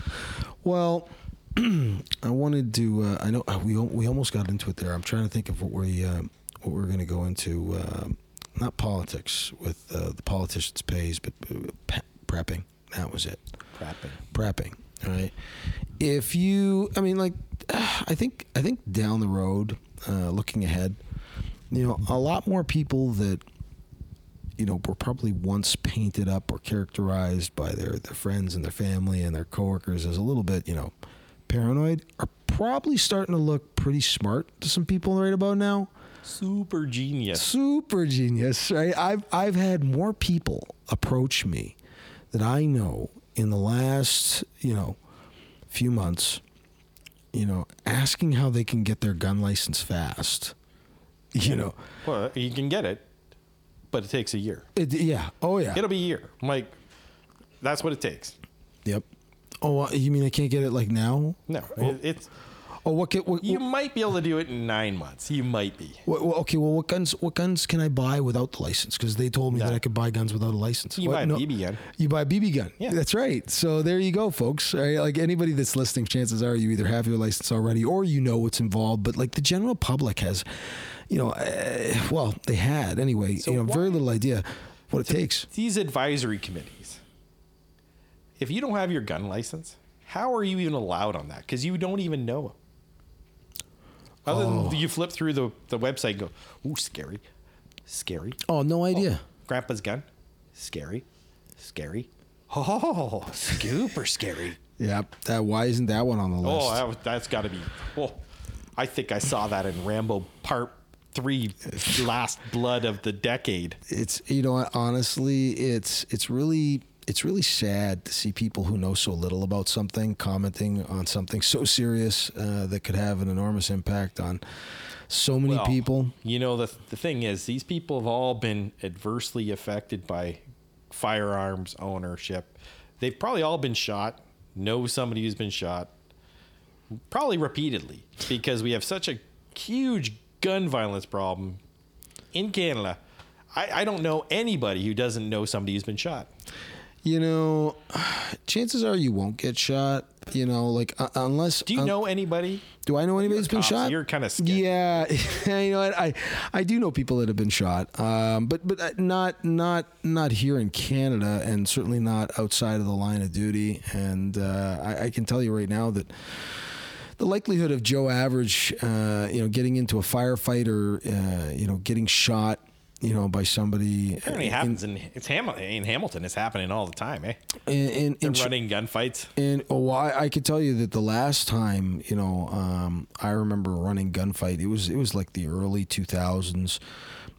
Speaker 3: Well, I wanted to. Uh, I know uh, we al- we almost got into it there. I'm trying to think of what we uh, what we're going to go into. Uh, not politics with uh, the politicians' pays, but uh, pe- prepping. That was it.
Speaker 2: Prepping.
Speaker 3: Prepping. All right. If you, I mean, like, I think I think down the road, uh, looking ahead, you know, a lot more people that you know were probably once painted up or characterized by their their friends and their family and their coworkers as a little bit you know paranoid are probably starting to look pretty smart to some people right about now
Speaker 2: Super genius.
Speaker 3: super genius right i've i've had more people approach me that i know in the last you know few months you know asking how they can get their gun license fast you know
Speaker 2: Well, you can get it, but it takes a year.
Speaker 3: it, yeah oh yeah
Speaker 2: It'll be a year. I'm like, that's what it takes.
Speaker 3: Yep. Oh, uh, you mean I can't get it like now?
Speaker 2: No, it, it's
Speaker 3: Oh, what? Can, what,
Speaker 2: you
Speaker 3: what-
Speaker 2: might be able to do it in nine months. You might be.
Speaker 3: what- what- okay. Well, what guns? What guns can I buy without the license? Because they told me
Speaker 2: No.
Speaker 3: that I could buy guns without a license.
Speaker 2: You
Speaker 3: What?
Speaker 2: buy a BB gun.
Speaker 3: You buy a BB gun.
Speaker 2: Yeah.
Speaker 3: that's right. So there you go, folks. All right, Like anybody that's listening, chances are you either have your license already or you know what's involved. But like the general public has, you know, uh, well, they had anyway. you know, very
Speaker 2: why-
Speaker 3: little idea what it takes.
Speaker 2: these advisory committees. If you don't have your gun license, how are you even allowed on that? Because you don't even know. Other than you flip through the, the website and go, ooh, scary, scary.
Speaker 3: Oh, no idea.
Speaker 2: Grandpa's gun, scary, scary. Oh, super scary.
Speaker 3: Yeah. That, why isn't that one on the list?
Speaker 2: Oh, that, was- that's got to be. Well, I think I saw that in Rambo Part 3, Last Blood of the Decade.
Speaker 3: it's you know what, honestly it's it's really it's really sad to see people who know so little about something commenting on something so serious uh, that could have an enormous impact on so many
Speaker 2: Well,
Speaker 3: people
Speaker 2: You know, the, the thing is, these people have all been adversely affected by firearms ownership. They've probably all been shot, know somebody who's been shot, probably repeatedly, because we have such a huge gun violence problem in Canada. I, I don't know anybody who doesn't know somebody who's been shot.
Speaker 3: You know, chances are you won't get shot. You know, like uh, unless
Speaker 2: Do you
Speaker 3: un-
Speaker 2: know anybody?
Speaker 3: Do I know anybody that's been
Speaker 2: cops,
Speaker 3: shot?
Speaker 2: you're kinda sketchy.
Speaker 3: Yeah, you know, I, I I do know people that have been shot, um, but but uh, not not not here in Canada, and certainly not outside of the line of duty. And uh, I, I can tell you right now that the likelihood of Joe Average, uh, you know, getting into a firefight or uh, you know getting shot, you know, by somebody
Speaker 2: Apparently, it happens in it's Hamil- in Hamilton. It's happening all the time, eh?
Speaker 3: in, in, in,
Speaker 2: They're running gunfights.
Speaker 3: And oh, I, I could tell you that the last time, you know, um, I remember running gunfight. It was it was like the early two thousands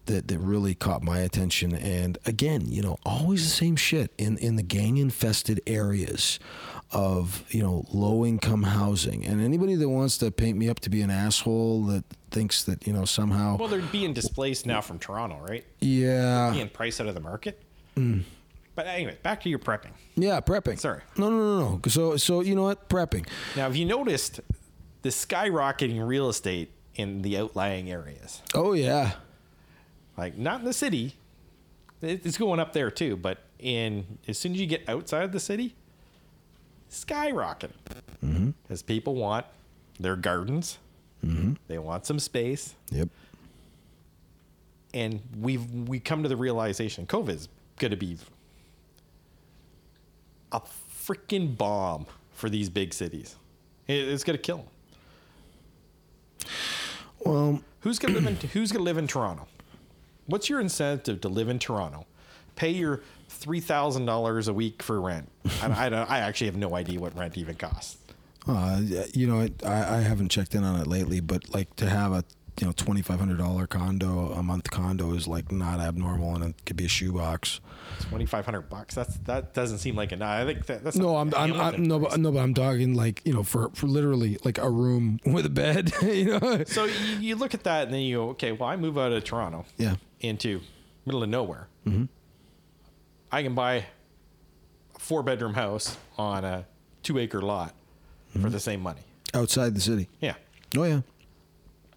Speaker 3: that that really caught my attention. And again, you know, always the same shit in in the gang infested areas of you know low income housing. And anybody that wants to paint me up to be an asshole that thinks that you know somehow,
Speaker 2: Well, they're being displaced now from Toronto, right?
Speaker 3: yeah,
Speaker 2: Being priced out of the market. But anyway, back to your prepping.
Speaker 3: yeah, prepping.
Speaker 2: Sorry.
Speaker 3: No, no, no, no. So so you know what, prepping.
Speaker 2: Now, have you noticed the skyrocketing real estate in the outlying areas?
Speaker 3: Oh yeah.
Speaker 2: Like, not in the city. It- It's going up there too, but in as soon as you get outside the city, skyrocketing. Because people want their gardens, they want some space,
Speaker 3: Yep.
Speaker 2: and we've we come to the realization COVID's gonna be a freaking bomb for these big cities. It- it's gonna kill them.
Speaker 3: Well.
Speaker 2: Who's gonna live in Who's gonna live in Toronto? What's your incentive to live in Toronto? Pay your three thousand dollars a week for rent. I, I don't. I actually have no idea what rent even costs.
Speaker 3: Uh, you know, it, I, I haven't checked in on it lately, but like to have a you know twenty five hundred dollar condo a month condo is like not abnormal, and it could be a shoebox.
Speaker 2: Twenty five hundred bucks. That's that doesn't seem like enough. I think that, that's
Speaker 3: No,
Speaker 2: not-
Speaker 3: I'm, I'm, I'm
Speaker 2: Hamilton
Speaker 3: no,
Speaker 2: price.
Speaker 3: but, no, but I'm talking like you know for, for literally like a room with a bed, you know.
Speaker 2: So you, you look at that and then you go, okay, well, I move out of Toronto
Speaker 3: Yeah.
Speaker 2: into middle of nowhere.
Speaker 3: Mm-hmm.
Speaker 2: I can buy a four bedroom house on a two acre lot
Speaker 3: Mm-hmm.
Speaker 2: for the same money.
Speaker 3: Outside the city.
Speaker 2: Yeah.
Speaker 3: Oh yeah.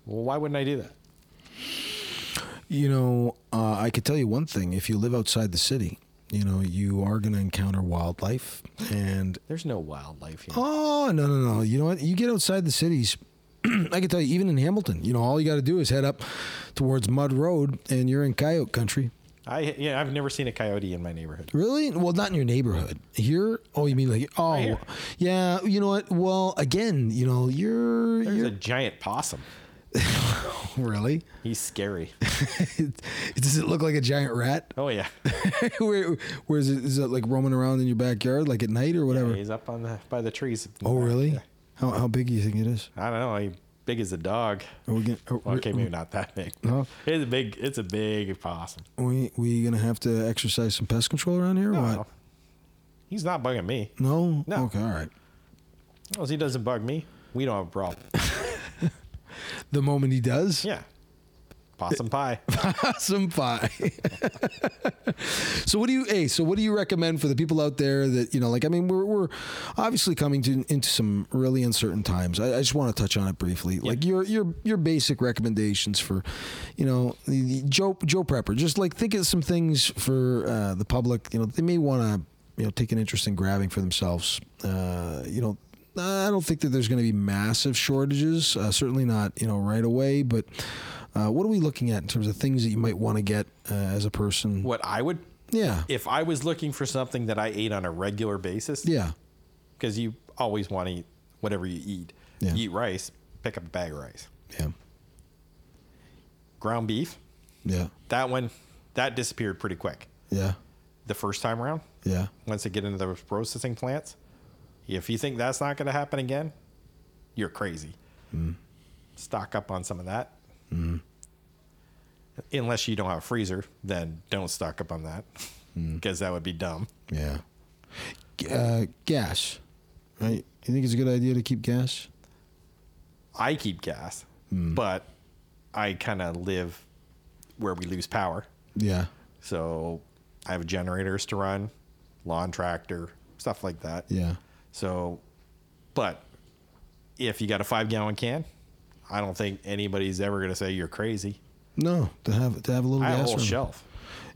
Speaker 2: Well, why wouldn't I do that?
Speaker 3: You know, uh, I could tell you one thing: if you live outside the city, you know you are going to encounter wildlife, and
Speaker 2: There's no wildlife here.
Speaker 3: Oh no no no! You know what? You get outside the cities. I can tell you, even in Hamilton, you know, all you got to do is head up towards Mud Road, and you're in coyote country.
Speaker 2: I yeah, I've never seen a coyote in my neighborhood.
Speaker 3: Really? Well, not in your neighborhood. Here? Oh, you mean like? Oh,
Speaker 2: here.
Speaker 3: yeah. You know what? Well, again, you know, you're
Speaker 2: There's
Speaker 3: you're
Speaker 2: a giant possum.
Speaker 3: really.
Speaker 2: He's scary.
Speaker 3: Does it look like a giant rat?
Speaker 2: Oh yeah.
Speaker 3: where where is it? Is it like roaming around in your backyard, like at night or whatever?
Speaker 2: He's up on the by the trees.
Speaker 3: oh, really? How how big do you think it is?
Speaker 2: I don't know. He big as a dog.
Speaker 3: Are we gonna, are,
Speaker 2: Well, okay, maybe not that big.
Speaker 3: mm. No.
Speaker 2: It's a big it's a big possum.
Speaker 3: we we gonna have to exercise some pest control around here? or what?
Speaker 2: No. He's not bugging me.
Speaker 3: No?
Speaker 2: No.
Speaker 3: Okay, all right.
Speaker 2: As long as he doesn't bug me, we don't have a problem.
Speaker 3: The moment he does,
Speaker 2: Yeah. Possum pie.
Speaker 3: some pie. so what do you hey, so what do you recommend for the people out there that, you know, like I mean, we're we're obviously coming to into some really uncertain times. I, I just want to touch on it briefly. Like your your your basic recommendations for, you know, the, the Joe Joe Prepper. Just like think of some things for uh, the public, you know, they may want to, you know, take an interest in grabbing for themselves. Uh, you know, I don't think that there's going to be massive shortages. Uh, certainly not, you know, right away. But uh, what are we looking at in terms of things that you might want to get uh, as a person?
Speaker 2: What I would
Speaker 3: Yeah,
Speaker 2: if I was looking for something that I ate on a regular basis,
Speaker 3: yeah,
Speaker 2: because you always want to eat whatever you eat.
Speaker 3: Yeah.
Speaker 2: You eat rice, pick up a bag of rice.
Speaker 3: yeah,
Speaker 2: Ground beef,
Speaker 3: yeah,
Speaker 2: that one, that disappeared pretty quick.
Speaker 3: yeah,
Speaker 2: The first time around,
Speaker 3: yeah.
Speaker 2: once they get into those processing plants, if you think that's not going to happen again, you're crazy. Stock up on some of that. Unless you don't have a freezer, then don't stock up on that because that would be dumb.
Speaker 3: Yeah. G- Uh, gas, right? You think it's a good idea to keep gas?
Speaker 2: I keep gas, but I kind of live where we lose power.
Speaker 3: Yeah,
Speaker 2: So I have generators to run, lawn tractor, stuff like that.
Speaker 3: Yeah.
Speaker 2: So, but if you got a five gallon can, I don't think anybody's ever going to say you're crazy.
Speaker 3: No, to have to have a little
Speaker 2: I have a
Speaker 3: gas
Speaker 2: whole
Speaker 3: running.
Speaker 2: shelf.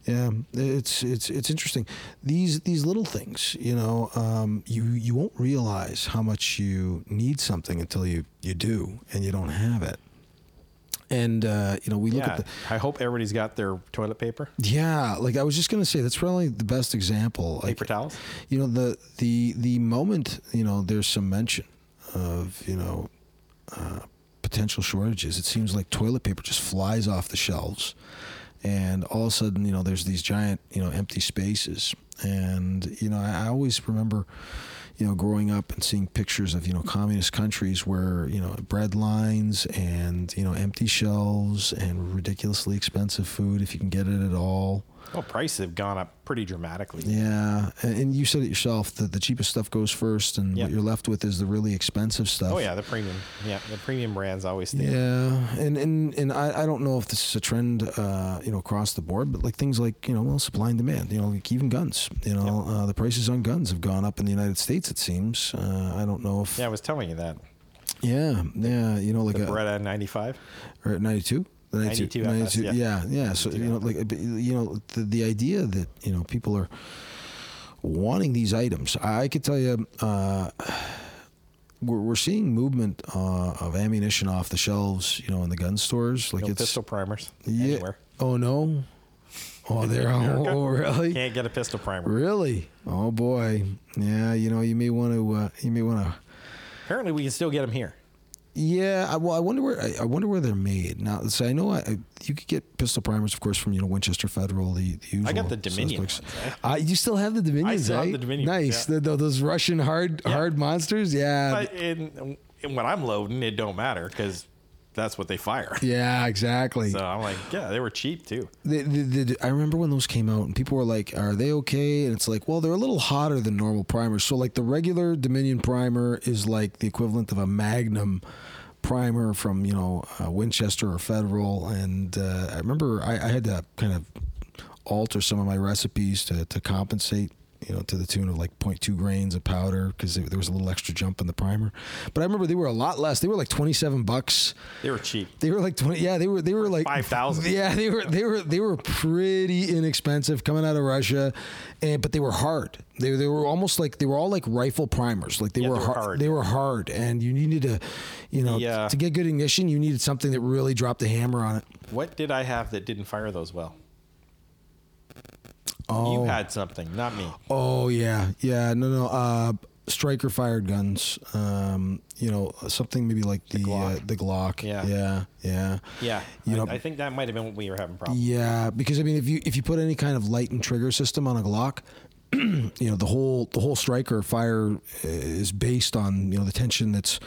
Speaker 3: Yeah, it's it's it's interesting. These these little things, you know, um, you you won't realize how much you need something until you you do and you don't have it. And uh, you know, we look
Speaker 2: yeah.
Speaker 3: at the
Speaker 2: I hope everybody's got their toilet paper,
Speaker 3: yeah, like I was just gonna say, that's probably the best example. Like,
Speaker 2: paper towels.
Speaker 3: you know the the the moment you know there's some mention of you know uh, potential shortages it seems like toilet paper just flies off the shelves and all of a sudden you know there's these giant you know empty spaces and you know i, I always remember you know growing up and seeing pictures of you know communist countries where you know bread lines and you know empty shelves and ridiculously expensive food if you can get it at all
Speaker 2: Oh, prices have gone up pretty dramatically.
Speaker 3: yeah, and, and you said it yourself that the cheapest stuff goes first, and
Speaker 2: Yeah.
Speaker 3: what you're left with is the really expensive stuff.
Speaker 2: Oh yeah, the premium. Yeah, the premium brands always stay.
Speaker 3: Yeah, and and and I, I don't know if this is a trend, uh, you know, across the board, but like things like you know, well, supply and demand. You know, like even guns. You know, uh, the prices on guns have gone up in the United States. It seems. Uh, I don't know if.
Speaker 2: Yeah, I was telling you that.
Speaker 3: Yeah, yeah, you know, like
Speaker 2: The
Speaker 3: a,
Speaker 2: Beretta 95.
Speaker 3: or at 92 The
Speaker 2: 92 FS,
Speaker 3: yeah. yeah so you know like uh, you know the, the idea that you know people are wanting these items i, I could tell you uh, we're, we're seeing movement uh, of ammunition off the shelves you know in the gun stores like
Speaker 2: No
Speaker 3: it's
Speaker 2: pistol primers
Speaker 3: yeah
Speaker 2: anywhere.
Speaker 3: oh no oh they're oh really
Speaker 2: Can't get a pistol primer.
Speaker 3: really oh boy yeah you know you may want to uh, you may want to
Speaker 2: Apparently, we can still get them here.
Speaker 3: yeah, I, well, I wonder where I, I wonder where they're made now. So I know I, I- you could get pistol primers, of course, from you know Winchester Federal. The, the usual
Speaker 2: I got the Dominion
Speaker 3: suspects.
Speaker 2: ones, eh?
Speaker 3: Uh, you still have the Dominions,
Speaker 2: still have
Speaker 3: eh?
Speaker 2: the Dominions,
Speaker 3: Nice,
Speaker 2: yeah.
Speaker 3: The- the- those Russian hard
Speaker 2: Yeah.
Speaker 3: hard monsters. Yeah,
Speaker 2: But in, in when I'm loading, it don't matter because that's what they fire.
Speaker 3: yeah, exactly.
Speaker 2: So I'm like, yeah, they were cheap too.
Speaker 3: The, the, the, I remember when those came out, and people were like, "Are they okay?" And it's like, well, they're a little hotter than normal primers. So like the regular Dominion primer is like the equivalent of a Magnum primer from you know uh, Winchester or Federal. And uh, I remember I, I had to kind of alter some of my recipes to to compensate. You know, to the tune of like 0.2 grains of powder because there was a little extra jump in the primer. But I remember they were a lot less. They were like 27 bucks.
Speaker 2: They were cheap.
Speaker 3: They were like twenty. Yeah, they were. They were like
Speaker 2: 5,000.
Speaker 3: Yeah, they were. They were. They were pretty inexpensive coming out of Russia, and but they were hard. They they were almost like they were all like rifle primers. Like they
Speaker 2: Yeah,
Speaker 3: were
Speaker 2: they were
Speaker 3: hard.
Speaker 2: hard.
Speaker 3: They were hard, and you needed to, you know,
Speaker 2: Yeah.
Speaker 3: to get good ignition, you needed something that really dropped the hammer on it.
Speaker 2: What did I have that didn't fire those well?
Speaker 3: Oh.
Speaker 2: You had something, not me.
Speaker 3: Oh yeah, yeah. No, no. Uh, striker fired guns. Um, you know, something maybe like the the Glock. Uh, the Glock.
Speaker 2: Yeah.
Speaker 3: yeah, yeah.
Speaker 2: Yeah,
Speaker 3: You
Speaker 2: I,
Speaker 3: know-
Speaker 2: I think that might have been what we were having problems.
Speaker 3: Yeah, because I mean, if you if you put any kind of light and trigger system on a Glock, you know the whole the whole striker fire is based on you know the tension that's,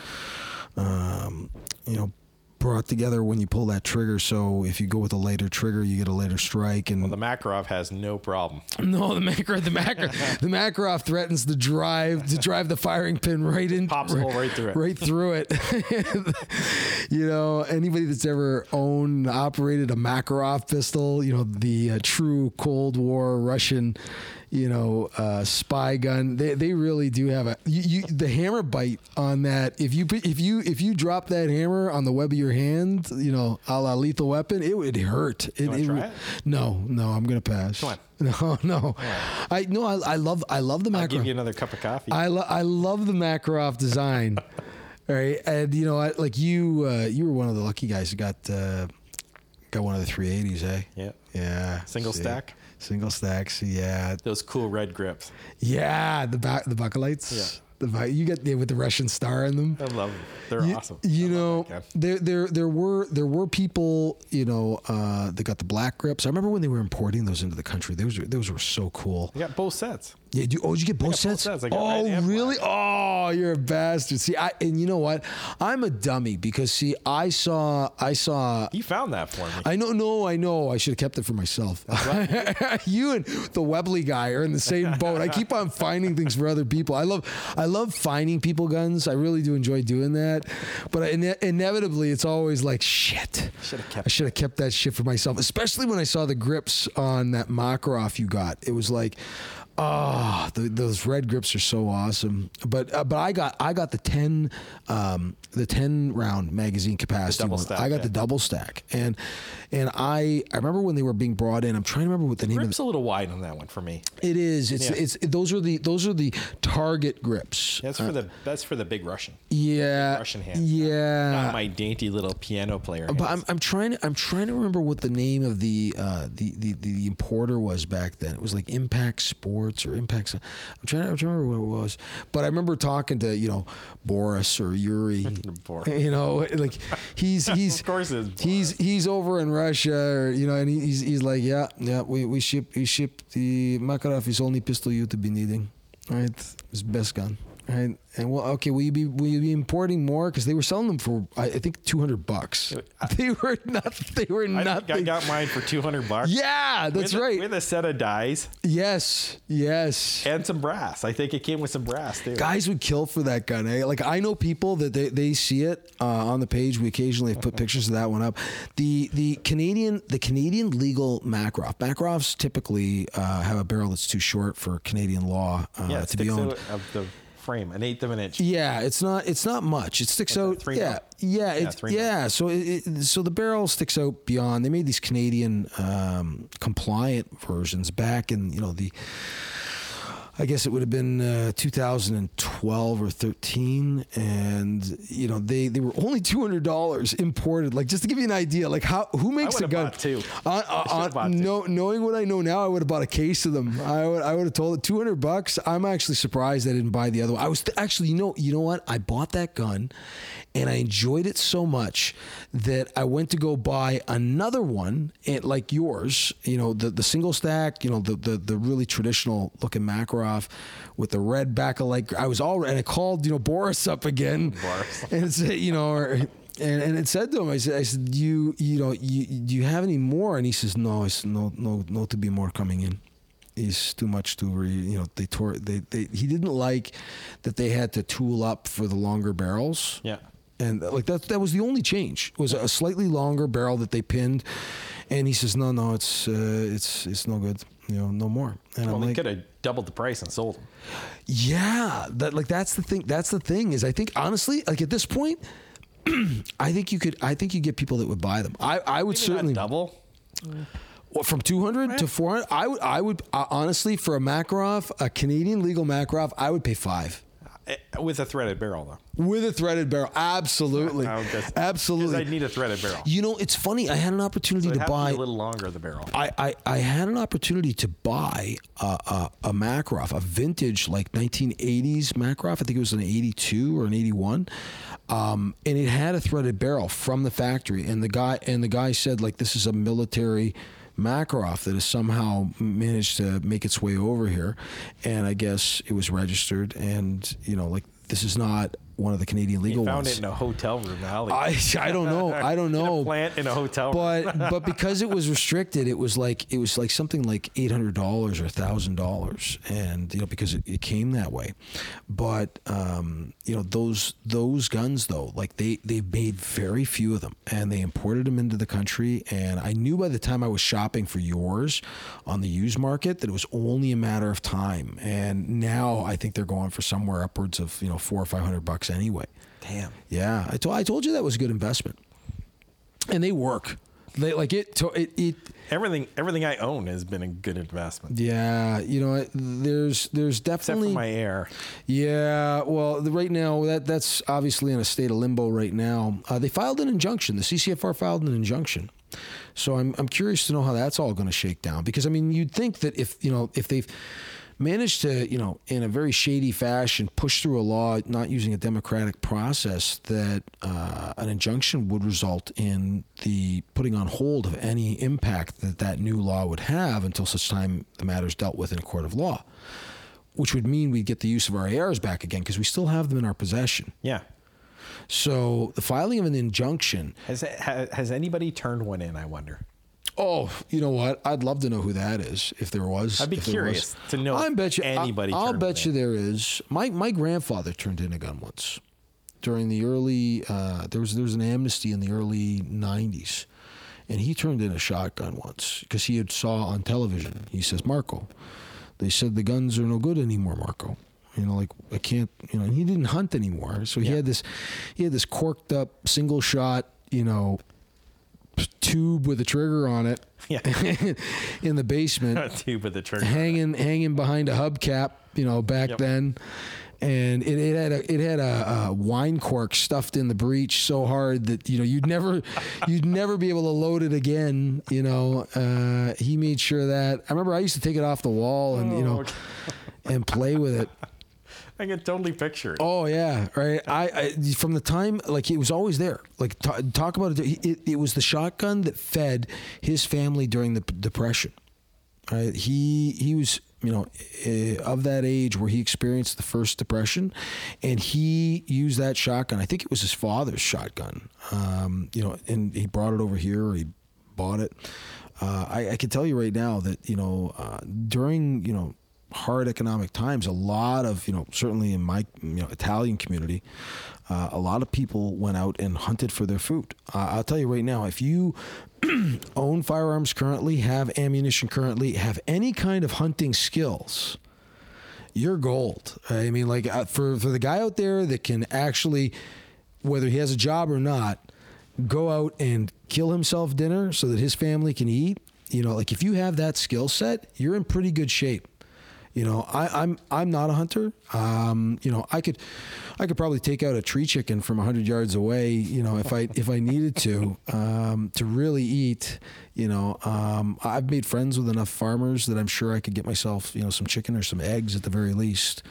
Speaker 3: um, you know, brought together when you pull that trigger. So if you go with a later trigger, you get a later strike. And
Speaker 2: The Makarov has no problem.
Speaker 3: no, the Makarov the Makarov the Makarov threatens to drive to drive the firing pin right in
Speaker 2: Pops a hole right through it.
Speaker 3: right through it. you know, anybody that's ever owned operated a Makarov pistol, you know, the uh, true Cold War Russian, you know, uh, spy gun, they, they really do have a you, you, the hammer bite on that. If you put- if you if you drop that hammer on the web of your hand, you know, a la Lethal Weapon, it would hurt. It,
Speaker 2: wanna
Speaker 3: would-
Speaker 2: try it?
Speaker 3: No, no, I'm gonna pass.
Speaker 2: Come on.
Speaker 3: No, no, I no, I, I love I love the
Speaker 2: I'll give you
Speaker 3: Makarov.
Speaker 2: another cup of coffee.
Speaker 3: I, lo- I love the Makarov design. All right, and you know, I, like you, uh, you were one of the lucky guys who got uh, got one of the 380s, eh?
Speaker 2: yeah,
Speaker 3: Yeah.
Speaker 2: Single
Speaker 3: see.
Speaker 2: stack?
Speaker 3: Single stacks. Yeah.
Speaker 2: those cool red grips.
Speaker 3: Yeah. The ba- the Buckelites.
Speaker 2: Yeah.
Speaker 3: The bu- you got yeah, with the Russian star in them.
Speaker 2: I love them. They're
Speaker 3: You,
Speaker 2: awesome.
Speaker 3: you
Speaker 2: I
Speaker 3: know,
Speaker 2: love that gun.
Speaker 3: there there there were there were people you know uh, that got the black grips. I remember when they were importing those into the country. Those were- those were so cool.
Speaker 2: you got both sets.
Speaker 3: Yeah, do, oh, did you get both sets?
Speaker 2: sets. I got
Speaker 3: oh,
Speaker 2: red and
Speaker 3: really? Oh, you're a bastard. See, I and you know what? I'm a dummy because see, I saw, I saw.
Speaker 2: You found that for me.
Speaker 3: I know, no, I know. I should have kept it for myself. you and the Webley guy are in the same boat. I keep on finding things for other people. I love, I love finding people guns. I really do enjoy doing that. But I, ine- inevitably, it's always like shit.
Speaker 1: Shoulda kept
Speaker 3: I should have kept that shit for myself. Especially when I saw the grips on that Makarov you got. It was like, oh, the, those red grips are so awesome. But uh, but I got I got the ten um, the ten round magazine capacity.
Speaker 2: double
Speaker 3: one.
Speaker 2: stack,
Speaker 3: I got
Speaker 2: yeah.
Speaker 3: the double stack, and and I I remember when they were being brought in. I'm trying to remember what the name of
Speaker 2: Grip's a little wide on that one for me.
Speaker 3: it is. It's
Speaker 2: Yeah.
Speaker 3: it's those are the those are the target grips.
Speaker 2: That's for the
Speaker 3: Uh,
Speaker 2: that's for the big Russian.
Speaker 3: Yeah.
Speaker 2: Russian hand.
Speaker 3: Yeah.
Speaker 2: Not my dainty little piano player.
Speaker 3: uh, but
Speaker 2: hands.
Speaker 3: I'm, I'm trying to I'm trying to remember what the name of the uh, the, the the importer was back then. It was like Impact Sports or Impact. I'm trying to, I'm trying to remember what it was. But I remember talking to you know Boris or Yuri.
Speaker 2: Boris.
Speaker 3: you know, like he's he's
Speaker 2: Of course it's
Speaker 3: he's he's over in Russia or you know, and he- he's he's like yeah yeah we we ship we ship the Makarov is only pistol you to be needing. Right, it's best gun. Right, and well, okay, will you be will you be importing more because they were selling them for I, I think two hundred bucks. They were not. They were
Speaker 2: Uh, I, think I
Speaker 3: nothing.
Speaker 2: got mine for 200 bucks.
Speaker 3: Yeah, that's
Speaker 2: with
Speaker 3: right.
Speaker 2: A, with a set of dies
Speaker 3: yes, yes.
Speaker 2: and some brass. I think it came with some brass too.
Speaker 3: Guys would kill for that gun. Eh? Like I know people that they, they see it uh, on the page. We occasionally have put pictures of that one up. The the Canadian the Canadian legal Makarov. Makarovs typically uh, have a barrel that's too short for Canadian law uh,
Speaker 2: yeah, it
Speaker 3: to be
Speaker 2: sticks
Speaker 3: owned.
Speaker 2: out of the frame, an eighth of an inch.
Speaker 3: Yeah, it's not it's not much. It sticks
Speaker 2: Like a
Speaker 3: out.
Speaker 2: three
Speaker 3: yeah, yeah,
Speaker 2: mil. Yeah,
Speaker 3: it, yeah.
Speaker 2: three mil.
Speaker 3: So it, it, so the barrel sticks out beyond. They made these Canadian um, compliant versions back in you know the. I guess it would have been uh, 2012 or 13, and you know they, they were only $200 imported. Like just to give you an idea, like how who makes a
Speaker 2: would've
Speaker 3: gun?
Speaker 2: bought two.
Speaker 3: On-
Speaker 2: I should've
Speaker 3: on-
Speaker 2: bought two.
Speaker 3: no, knowing what I know now, I would have bought a case of them. I would I would have told it two hundred bucks. I'm actually surprised I didn't buy the other one. I was actually you know you know what I bought that gun, and I enjoyed it so much that I went to go buy another one at like yours. You know the the single stack. You know the the, the really traditional looking Makarov with the red backlight. I was all and I called you know Boris up again.
Speaker 2: Boris.
Speaker 3: and said you know or and, and it said to him, I said, I said, "Do you, you know, you, do you have any more? And he says, no, I said, no, no, no, to be more coming in. Is too much to, re, you know, they tore, they, they, he didn't like that they had to tool up for the longer barrels.
Speaker 2: Yeah.
Speaker 3: And like that, that was the only change was a slightly longer barrel that they pinned. And he says, no, no, it's, uh, it's, it's no good. You know, no more. And
Speaker 2: Well,
Speaker 3: I'm
Speaker 2: they
Speaker 3: like,
Speaker 2: could have doubled the price and sold them.
Speaker 3: yeah, that like that's the thing. That's the thing is I think honestly, like at this point, I think you could. I think you get people that would buy them. I I would
Speaker 2: Maybe
Speaker 3: certainly
Speaker 2: not double.
Speaker 3: Well, from two hundred to four hundred. I would I would uh, honestly for a Makarov, a Canadian legal Makarov, I would pay five
Speaker 2: Eh, With a threaded barrel, though.
Speaker 3: with a threaded barrel. Absolutely,
Speaker 2: I would guess- 'cause I'd
Speaker 3: absolutely.
Speaker 2: need a threaded barrel.
Speaker 3: You know, it's funny. I had an opportunity
Speaker 2: It'd
Speaker 3: to
Speaker 2: have
Speaker 3: buy
Speaker 2: to be a little longer, the barrel.
Speaker 3: I, I, I had an opportunity to buy a, a, a Makarov, a vintage like 1980s Makarov. I think it was an 82 or an 81. Um, and it had a threaded barrel from the factory. And the guy and the guy said like this is a military Makarov that has somehow managed to make its way over here. And I guess it was registered. And you know like this is not one of the Canadian legal
Speaker 2: Found
Speaker 3: ones.
Speaker 2: it in a hotel room alley.
Speaker 3: I, I don't know. I don't know.
Speaker 2: In a plant in a hotel room.
Speaker 3: But but because it was restricted, it was like it was like something like eight hundred dollars or thousand dollars, and you know because it, it came that way. But um, you know those those guns though, like they they made very few of them, and they imported them into the country. And I knew by the time I was shopping for yours on the used market that it was only a matter of time. And now I think they're going for somewhere upwards of you know four or five hundred bucks anyway.
Speaker 2: Damn.
Speaker 3: Yeah, I told I told you that was a good investment, and they work. They like it. To, it, it
Speaker 2: Everything, everything I own has been a good investment,
Speaker 3: yeah. You know, it- there's there's
Speaker 2: except
Speaker 3: definitely
Speaker 2: for my air.
Speaker 3: yeah. Well, the, right now that that's obviously in a state of limbo right now. Uh, they filed an injunction. The CCFR filed an injunction. So I'm I'm curious to know how that's all going to shake down because I mean you'd think that if you know if they've managed to you know in a very shady fashion push through a law not using a democratic process that uh, an injunction would result in the putting on hold of any impact that that new law would have until such time the matter is dealt with in a court of law which would mean we'd get the use of our ARs back again because we still have them in our possession.
Speaker 2: Yeah.
Speaker 3: So the filing of an injunction,
Speaker 2: Has, has has anybody turned one in? I wonder.
Speaker 3: Oh, you know what? I'd love to know who that is if there was.
Speaker 2: I'd be
Speaker 3: if there
Speaker 2: curious
Speaker 3: was.
Speaker 2: to know
Speaker 3: I
Speaker 2: if
Speaker 3: bet you
Speaker 2: anybody
Speaker 3: I, I'll
Speaker 2: turned
Speaker 3: bet
Speaker 2: one
Speaker 3: you there is. My my grandfather turned in a gun once during the early. Uh, there was there was an amnesty in the early '90s, and he turned in a shotgun once because he had saw on television. He says, "Marco, they said the guns are no good anymore, Marco." You know, like I can't. You know, and he didn't hunt anymore, so he had this, he had this corked up single shot. You know, tube with a trigger on it
Speaker 2: Yeah,
Speaker 3: in the basement,
Speaker 2: two with the trigger.
Speaker 3: hanging hanging behind a hubcap. You know, back
Speaker 2: Yep.
Speaker 3: then, and it, it had a it had a, a wine cork stuffed in the breech so hard that you know you'd never you'd never be able to load it again. You know, uh, he made sure that I remember I used to take it off the wall and you
Speaker 2: Oh,
Speaker 3: know
Speaker 2: okay.
Speaker 3: and play with it.
Speaker 2: I can totally picture it.
Speaker 3: Oh yeah, right. I, I from the time like it was always there. Like ta talk about it, it. It was the shotgun that fed his family during the p- depression. Right? He he was you know eh, of that age where he experienced the first depression, and he used that shotgun. I think it was his father's shotgun. Um, you know, and he brought it over here. Or he bought it. Uh, I, I can tell you right now that you know uh, during you know hard economic times, a lot of you know certainly in my you know Italian community, uh, a lot of people went out and hunted for their food. Uh, I'll tell you right now, if you own firearms currently, have ammunition currently, have any kind of hunting skills. You're gold. I mean, like uh, for for the guy out there that can actually, whether he has a job or not, go out and kill himself dinner so that his family can eat. You know, like if you have that skill set, you're in pretty good shape. You know, I, I'm I'm not a hunter. Um, you know, I could I could probably take out a tree chicken from hundred yards away. You know, if I if I needed to um, to really eat. You know, um, I've made friends with enough farmers that I'm sure I could get myself you know some chicken or some eggs at the very least.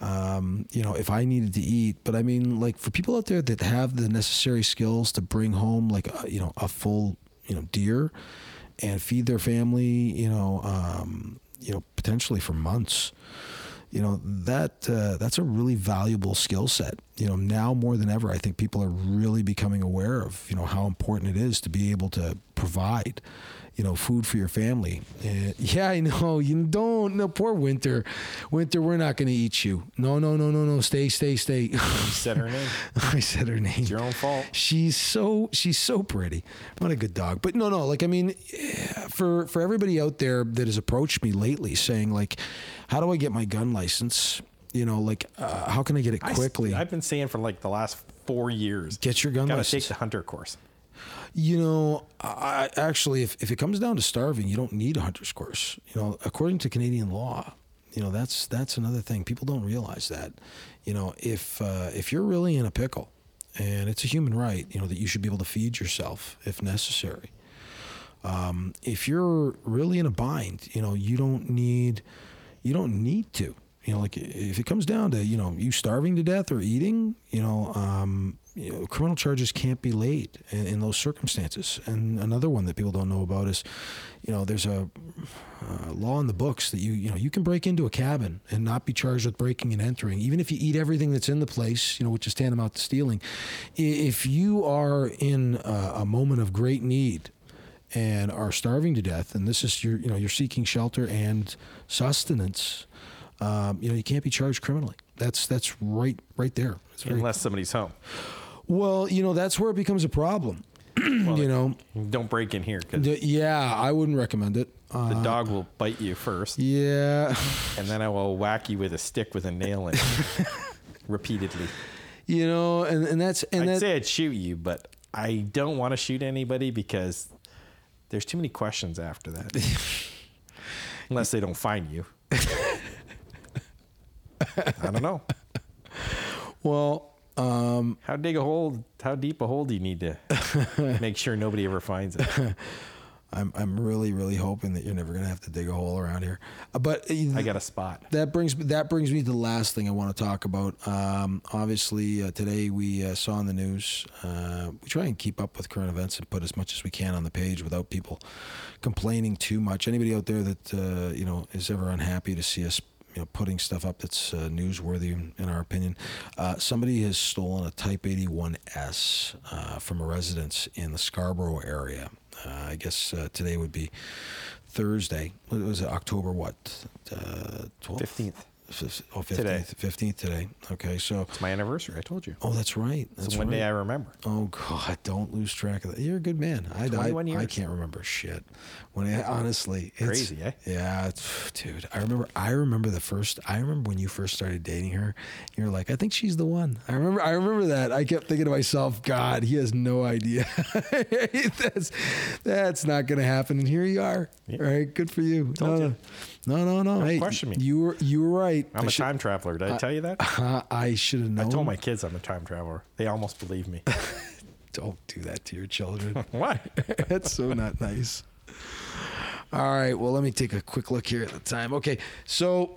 Speaker 3: Um, you know, if I needed to eat, but I mean, like for people out there that have the necessary skills to bring home like a, you know a full you know deer and feed their family, you know, um, you know, potentially for months. You know that uh, that's a really valuable skill set. You know now more than ever, I think people are really becoming aware of you know how important it is to be able to provide, you know, food for your family. Uh, yeah, I know you don't. No, poor winter, winter, we're not going to eat you. No, no, no, no, no. Stay, stay, stay.
Speaker 2: You said her name.
Speaker 3: I said her name.
Speaker 2: It's your own fault.
Speaker 3: She's so she's so pretty. What a good dog. But no, no, like I mean, for for everybody out there that has approached me lately saying like, how do I get my gun license? You know, like uh, how can I get it
Speaker 2: I s-
Speaker 3: quickly?
Speaker 2: I've been saying for like the last four years.
Speaker 3: Get your gun
Speaker 2: Gotta
Speaker 3: license.
Speaker 2: take the hunter course.
Speaker 3: You know, I, I- actually, if, if it comes down to starving, you don't need a hunter's course. You know, according to Canadian law, you know that's that's another thing people don't realize that. You know, if uh, if you're really in a pickle, and it's a human right, you know that you should be able to feed yourself if necessary. Um, if you're really in a bind, you know you don't need you don't need to. You know, like if it comes down to you know you starving to death or eating, you know, um, you know criminal charges can't be laid in, in those circumstances. And another one that people don't know about is, you know, there's a uh, law in the books that you you know you can break into a cabin and not be charged with breaking and entering, even if you eat everything that's in the place, you know, which is tantamount to stealing. I- If you are in a, a moment of great need and are starving to death, and this is your you know you're seeking shelter and sustenance, um, you know you can't be charged criminally. That's that's right right there. It's very-
Speaker 2: Unless somebody's home.
Speaker 3: well, you know that's where it becomes a problem. you know,
Speaker 2: Don't break in here because
Speaker 3: D- yeah, I wouldn't recommend it. Uh,
Speaker 2: the dog will bite you first,
Speaker 3: yeah,
Speaker 2: and then I will whack you with a stick with a nail in it repeatedly.
Speaker 3: you know, and, and that's and
Speaker 2: I'd
Speaker 3: that,
Speaker 2: say I'd shoot you, but I don't want to shoot anybody because there's too many questions after that. Unless they don't find you. I don't know.
Speaker 3: well, um,
Speaker 2: How dig a hole? How deep a hole do you need to make sure nobody ever finds it?
Speaker 3: I'm I'm really really hoping that you're never gonna have to dig a hole around here. Uh, But
Speaker 2: I got a spot.
Speaker 3: that brings that brings me to the last thing I want to talk about. Um, obviously, uh, today we uh, saw in the news. Uh, we try and keep up with current events and put as much as we can on the page without people complaining too much. Anybody out there that uh, you know is ever unhappy to see us, you know, putting stuff up that's uh, newsworthy, in, in our opinion. Uh, somebody has stolen a Type 81S uh, from a residence in the Scarborough area. Uh, I guess uh, today would be Thursday. What was it? October what? Uh, 12th?
Speaker 2: 15th.
Speaker 3: Fif- Oh, 15th.
Speaker 2: Today.
Speaker 3: 15th today. Okay, so.
Speaker 2: It's my anniversary. I told you.
Speaker 3: Oh, that's right. That's
Speaker 2: It's one
Speaker 3: right.
Speaker 2: day I remember.
Speaker 3: Oh God! Don't lose track of that. You're a good man. I, I,
Speaker 2: 21
Speaker 3: I
Speaker 2: years.
Speaker 3: can't remember shit. When I, honestly, it's,
Speaker 2: Crazy, eh?
Speaker 3: Yeah, it's- dude. I remember. I remember the first. I remember when you first started dating her. You're like, I think she's the one. I remember. I remember that. I kept thinking to myself, God, he has no idea. that's that's not gonna happen. And here you are.
Speaker 2: Yeah.
Speaker 3: Right? Good for you.
Speaker 2: Told
Speaker 3: no,
Speaker 2: you.
Speaker 3: no, no, no. Hey,
Speaker 2: question me.
Speaker 3: You were you were right.
Speaker 2: I'm
Speaker 3: I
Speaker 2: a
Speaker 3: should-
Speaker 2: time traveler. Did I tell you that?
Speaker 3: Uh, I should have known.
Speaker 2: I told my kids I'm a time traveler. They almost believe me.
Speaker 3: Don't do that to your children.
Speaker 2: Why?
Speaker 3: That's so not nice. All right. Well, let me take a quick look here at the time. Okay. So,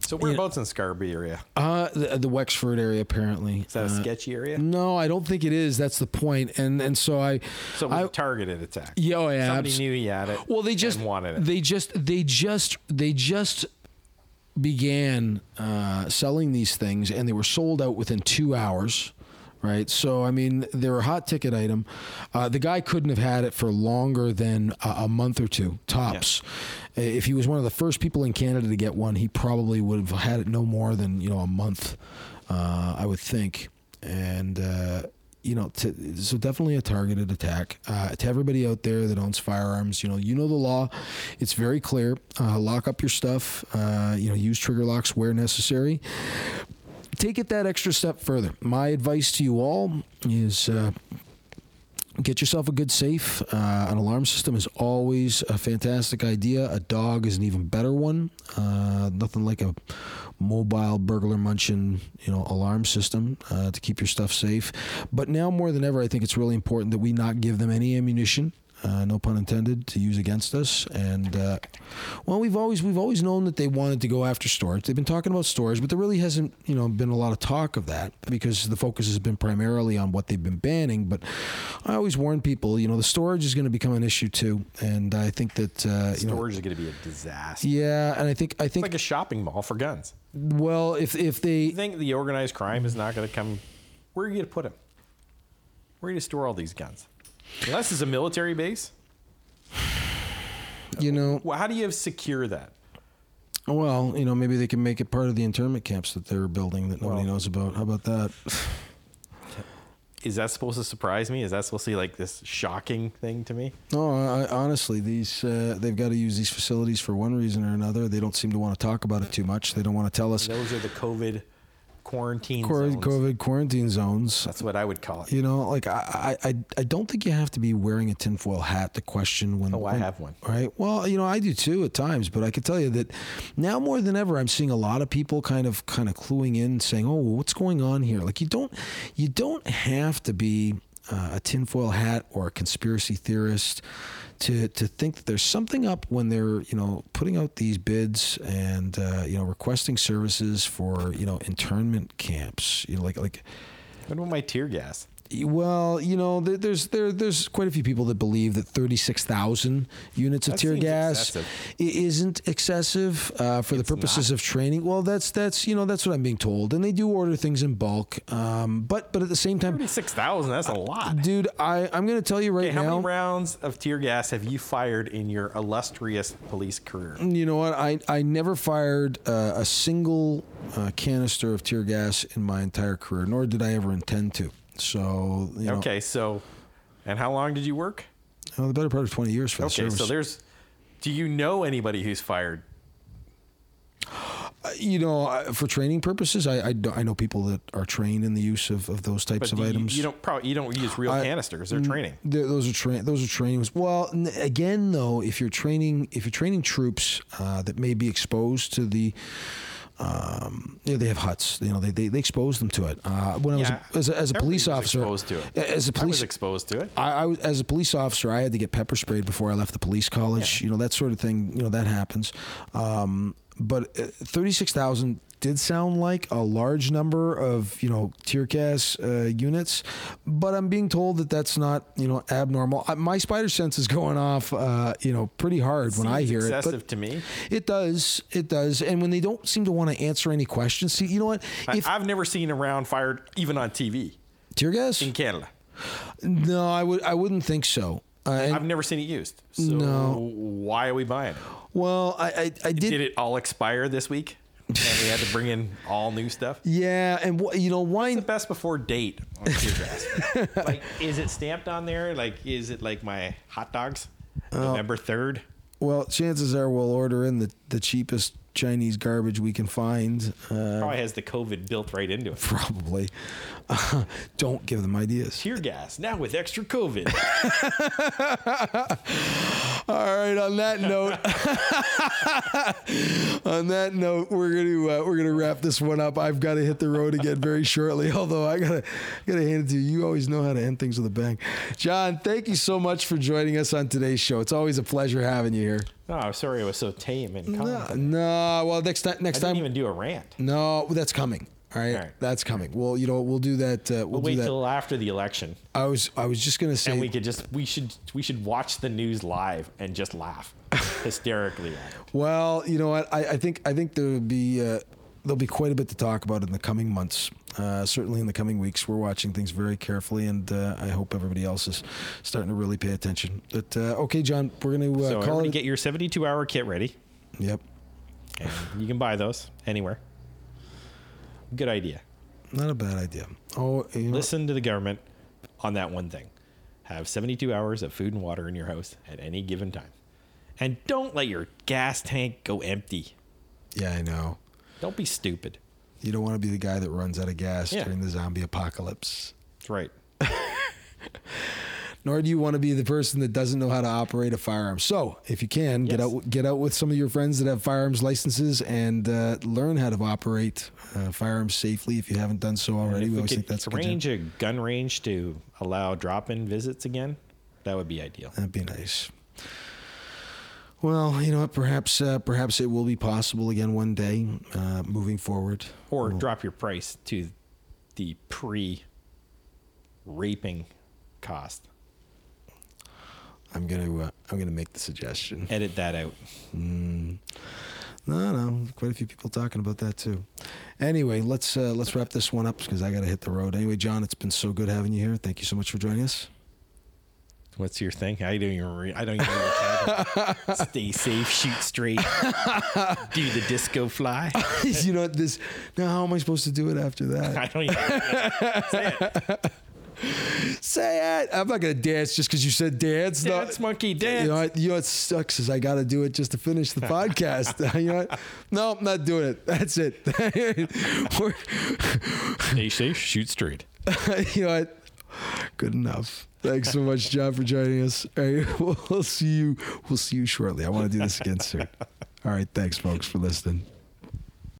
Speaker 2: So we're both in Scarborough area.
Speaker 3: uh, the, the Wexford area apparently.
Speaker 2: Is that a sketchy area?
Speaker 3: No, I don't think it is. That's the point. And and so I,
Speaker 2: So it was a
Speaker 3: I
Speaker 2: targeted attack.
Speaker 3: yeah, oh, yeah,
Speaker 2: Somebody
Speaker 3: abs-
Speaker 2: knew he had it.
Speaker 3: Well, they just
Speaker 2: and wanted it.
Speaker 3: They just they just they just began uh, selling these things, and they were sold out within two hours. Right, so I mean, they're a hot ticket item. Uh, the guy couldn't have had it for longer than a, a month or two tops. Uh, If he was one of the first people in Canada to get one, he probably would have had it no more than you know a month, uh, I would think. And uh, you know, to, so definitely a targeted attack. Uh, to everybody out there that owns firearms, you know, you know the law. It's very clear. Uh, lock up your stuff. Uh, you know, use trigger locks where necessary. Take it that extra step further. My advice to you all is. Uh, Get yourself a good safe. Uh, an alarm system is always a fantastic idea. A dog is an even better one. Uh, nothing like a mobile burglar munching, you know, alarm system uh, to keep your stuff safe. But now more than ever, I think it's really important that we not give them any ammunition. Uh, no pun intended to use against us and uh, well we've always we've always known that they wanted to go after storage they've been talking about storage but there really hasn't you know been a lot of talk of that because the focus has been primarily on what they've been banning but I always warn people you know the storage is going to become an issue too and I think that uh, you know
Speaker 2: Storage is going to be a disaster.
Speaker 3: yeah and I think I
Speaker 2: It's
Speaker 3: think
Speaker 2: like a shopping mall for guns.
Speaker 3: well if if they
Speaker 2: You think the organized crime is not going to come? Where are you going to put them? Where are you going to store all these guns? Unless it's a military base.
Speaker 3: you know
Speaker 2: Well, how do you secure that?
Speaker 3: Well, you know, maybe they can make it part of the internment camps that they're building that nobody
Speaker 2: Well-
Speaker 3: knows about. How about that?
Speaker 2: Is that supposed to surprise me? Is that supposed to be like this shocking thing to me?
Speaker 3: No, I, I, honestly, these uh, they've got to use these facilities for one reason or another. They don't seem to want to talk about it too much. They don't want to tell us
Speaker 2: Those are the COVID quarantine
Speaker 3: Quar-
Speaker 2: zones.
Speaker 3: COVID quarantine zones.
Speaker 2: That's what I would call it.
Speaker 3: You know, like I, I, I- I don't think you have to be wearing a tinfoil hat to question when.
Speaker 2: Oh, I
Speaker 3: when-
Speaker 2: have one.
Speaker 3: Right. Well, you know, I do too at times, but I can tell you that now more than ever, I'm seeing a lot of people kind of, kind of cluing in, saying, "Oh, what's going on here?" Like you don't, you don't have to be uh, a tinfoil hat or a conspiracy theorist to to think that there's something up when they're you know putting out these bids and uh, you know requesting services for you know internment camps. You know, like like.
Speaker 2: What about my tear gas?
Speaker 3: Well, you know, there, there's there there's quite a few people that believe that 36,000 units of
Speaker 2: That
Speaker 3: tear
Speaker 2: seems
Speaker 3: gas
Speaker 2: excessive.
Speaker 3: i- isn't excessive uh, for the purposes of training. Well, that's that's you know that's what I'm being told, and they do order things in bulk. Um, but but at the same time,
Speaker 2: Thirty-six thousand. That's a lot.
Speaker 3: dude, I I'm gonna tell you right
Speaker 2: Okay, how
Speaker 3: now.
Speaker 2: many rounds of tear gas have you fired in your illustrious police career?
Speaker 3: you know what? I, I never fired uh, a single uh, canister of tear gas in my entire career, nor did I ever intend to. So, you know,
Speaker 2: Okay, so, and how long did you work?
Speaker 3: oh, the better part of 20 years for the
Speaker 2: Okay,
Speaker 3: service.
Speaker 2: so there's. Do you know anybody who's fired?
Speaker 3: you know, I- for training purposes, I, I, do- I know people that are trained in the use of, of those types
Speaker 2: But
Speaker 3: of
Speaker 2: do you,
Speaker 3: items.
Speaker 2: you don't probably you don't use real
Speaker 3: I- mm,
Speaker 2: canisters. They're training.
Speaker 3: Th- those are tra- those are trainings. Well, n- again, though, if you're training if you're training troops uh, that may be exposed to the, um, you know, they have huts. You know, they they, they expose them to it. Uh, when
Speaker 2: Yeah.
Speaker 3: I was as a, as a police
Speaker 2: Everybody was
Speaker 3: officer,
Speaker 2: exposed to it.
Speaker 3: a- as a
Speaker 2: I was
Speaker 3: police
Speaker 2: exposed to it.
Speaker 3: I, I was, as a police officer, I had to get pepper sprayed before I left the police college. You know that sort of thing. You know that happens. Um, but uh, thirty six thousand did sound like a large number of you know tear gas uh, units, but I'm being told that that's not you know abnormal. I, my spider sense is going off uh, you know pretty hard when I
Speaker 2: Seems
Speaker 3: hear it.
Speaker 2: excessive
Speaker 3: But
Speaker 2: to me.
Speaker 3: it does, it does. And when they don't seem to want to answer any questions, see, you know what?
Speaker 2: I,
Speaker 3: If
Speaker 2: I've never seen a round fired even on TV
Speaker 3: tear gas,
Speaker 2: in Canada.
Speaker 3: no, I would I wouldn't think so. Uh, and,
Speaker 2: I've never seen it used. So
Speaker 3: No.
Speaker 2: why are we buying it?
Speaker 3: well, I I, I did
Speaker 2: Did it all expire this week? And we had to bring in all new stuff.
Speaker 3: Yeah, and wh- you know
Speaker 2: The
Speaker 3: wine.
Speaker 2: best before date on tear gas. like, is it stamped on there? Like, is it like my hot dogs?
Speaker 3: Oh.
Speaker 2: November third.
Speaker 3: Well, chances are we'll order in the, the cheapest Chinese garbage we can find. Uh,
Speaker 2: Probably has the COVID built right into it.
Speaker 3: probably. don't give them ideas.
Speaker 2: Tear gas now with extra COVID.
Speaker 3: All right. On that note, on that note, we're gonna uh, we're gonna wrap this one up. I've got to hit the road again very shortly. Although I gotta gotta hand it to you. You always know how to end things with a bang. John, thank you so much for joining us on today's show. It's always a pleasure having you here.
Speaker 2: oh, sorry, I was so tame and calm.
Speaker 3: No,
Speaker 2: I
Speaker 3: no well, next time next
Speaker 2: didn't
Speaker 3: time
Speaker 2: even do a rant.
Speaker 3: No, that's coming. All right,
Speaker 2: All right.
Speaker 3: that's coming. Well, you know, we'll do that. Uh, we'll, do
Speaker 2: Wait
Speaker 3: that.
Speaker 2: till after the election,
Speaker 3: I was, I was just gonna say.
Speaker 2: and we could just we should we should watch the news live and just laugh hysterically. At it.
Speaker 3: well, you know what? I, I think, I think there'll be, uh, there'll be quite a bit to talk about in the coming months. Uh, certainly in the coming weeks, we're watching things very carefully, and uh, I hope everybody else is starting to really pay attention. But uh, okay, John, we're gonna uh,
Speaker 2: So
Speaker 3: call
Speaker 2: everybody
Speaker 3: it.
Speaker 2: get your 72 hour kit ready.
Speaker 3: yep,
Speaker 2: And you can buy those anywhere. Good idea.
Speaker 3: not a bad idea. Oh, you know,
Speaker 2: Listen to the government on that one thing. Have 72 hours of food and water in your house at any given time. And don't let your gas tank go empty.
Speaker 3: yeah, I know.
Speaker 2: Don't be stupid.
Speaker 3: You don't want to be the guy that runs out of gas
Speaker 2: Yeah.
Speaker 3: during the zombie apocalypse.
Speaker 2: That's right.
Speaker 3: nor do you want to be the person that doesn't know how to operate a firearm. So, if you can, get
Speaker 2: Yes.
Speaker 3: out get out with some of your friends that have firearms licenses and uh, learn how to operate uh, firearms safely if you haven't done so
Speaker 2: And
Speaker 3: already.
Speaker 2: if
Speaker 3: We
Speaker 2: we
Speaker 3: always
Speaker 2: could
Speaker 3: think that's a good
Speaker 2: arrange
Speaker 3: idea.
Speaker 2: a gun range to allow drop in visits again, that would be ideal.
Speaker 3: That'd be nice. Well, you know what? Perhaps uh, perhaps it will be possible again one day, uh, moving forward.
Speaker 2: Or drop your price to the pre raping cost.
Speaker 3: I'm gonna uh, I'm gonna make the suggestion.
Speaker 2: Edit that out.
Speaker 3: No, no, quite a few people talking about that too. Anyway, let's uh, let's wrap this one up because I got to hit the road. Anyway, John, it's been so good having you here. Thank you so much for joining us.
Speaker 2: What's your thing? I don't even. Re- I don't even. Know Stay safe. Shoot straight. do the disco fly.
Speaker 3: you know this. Now, how am I supposed to do it after that?
Speaker 2: I don't even. Say it.
Speaker 3: Say it. I'm not gonna dance just because you said dance. No.
Speaker 2: Dance monkey dance.
Speaker 3: You know, what, you know what sucks is I got to do it just to finish the podcast. you know, what? no, I'm not doing it. That's it. We're-
Speaker 2: Stay safe. Shoot straight.
Speaker 3: you know what? Good enough. Thanks so much, John, for joining us. All right, we'll see you. We'll see you shortly. I want to do this again soon. All right, thanks, folks, for listening.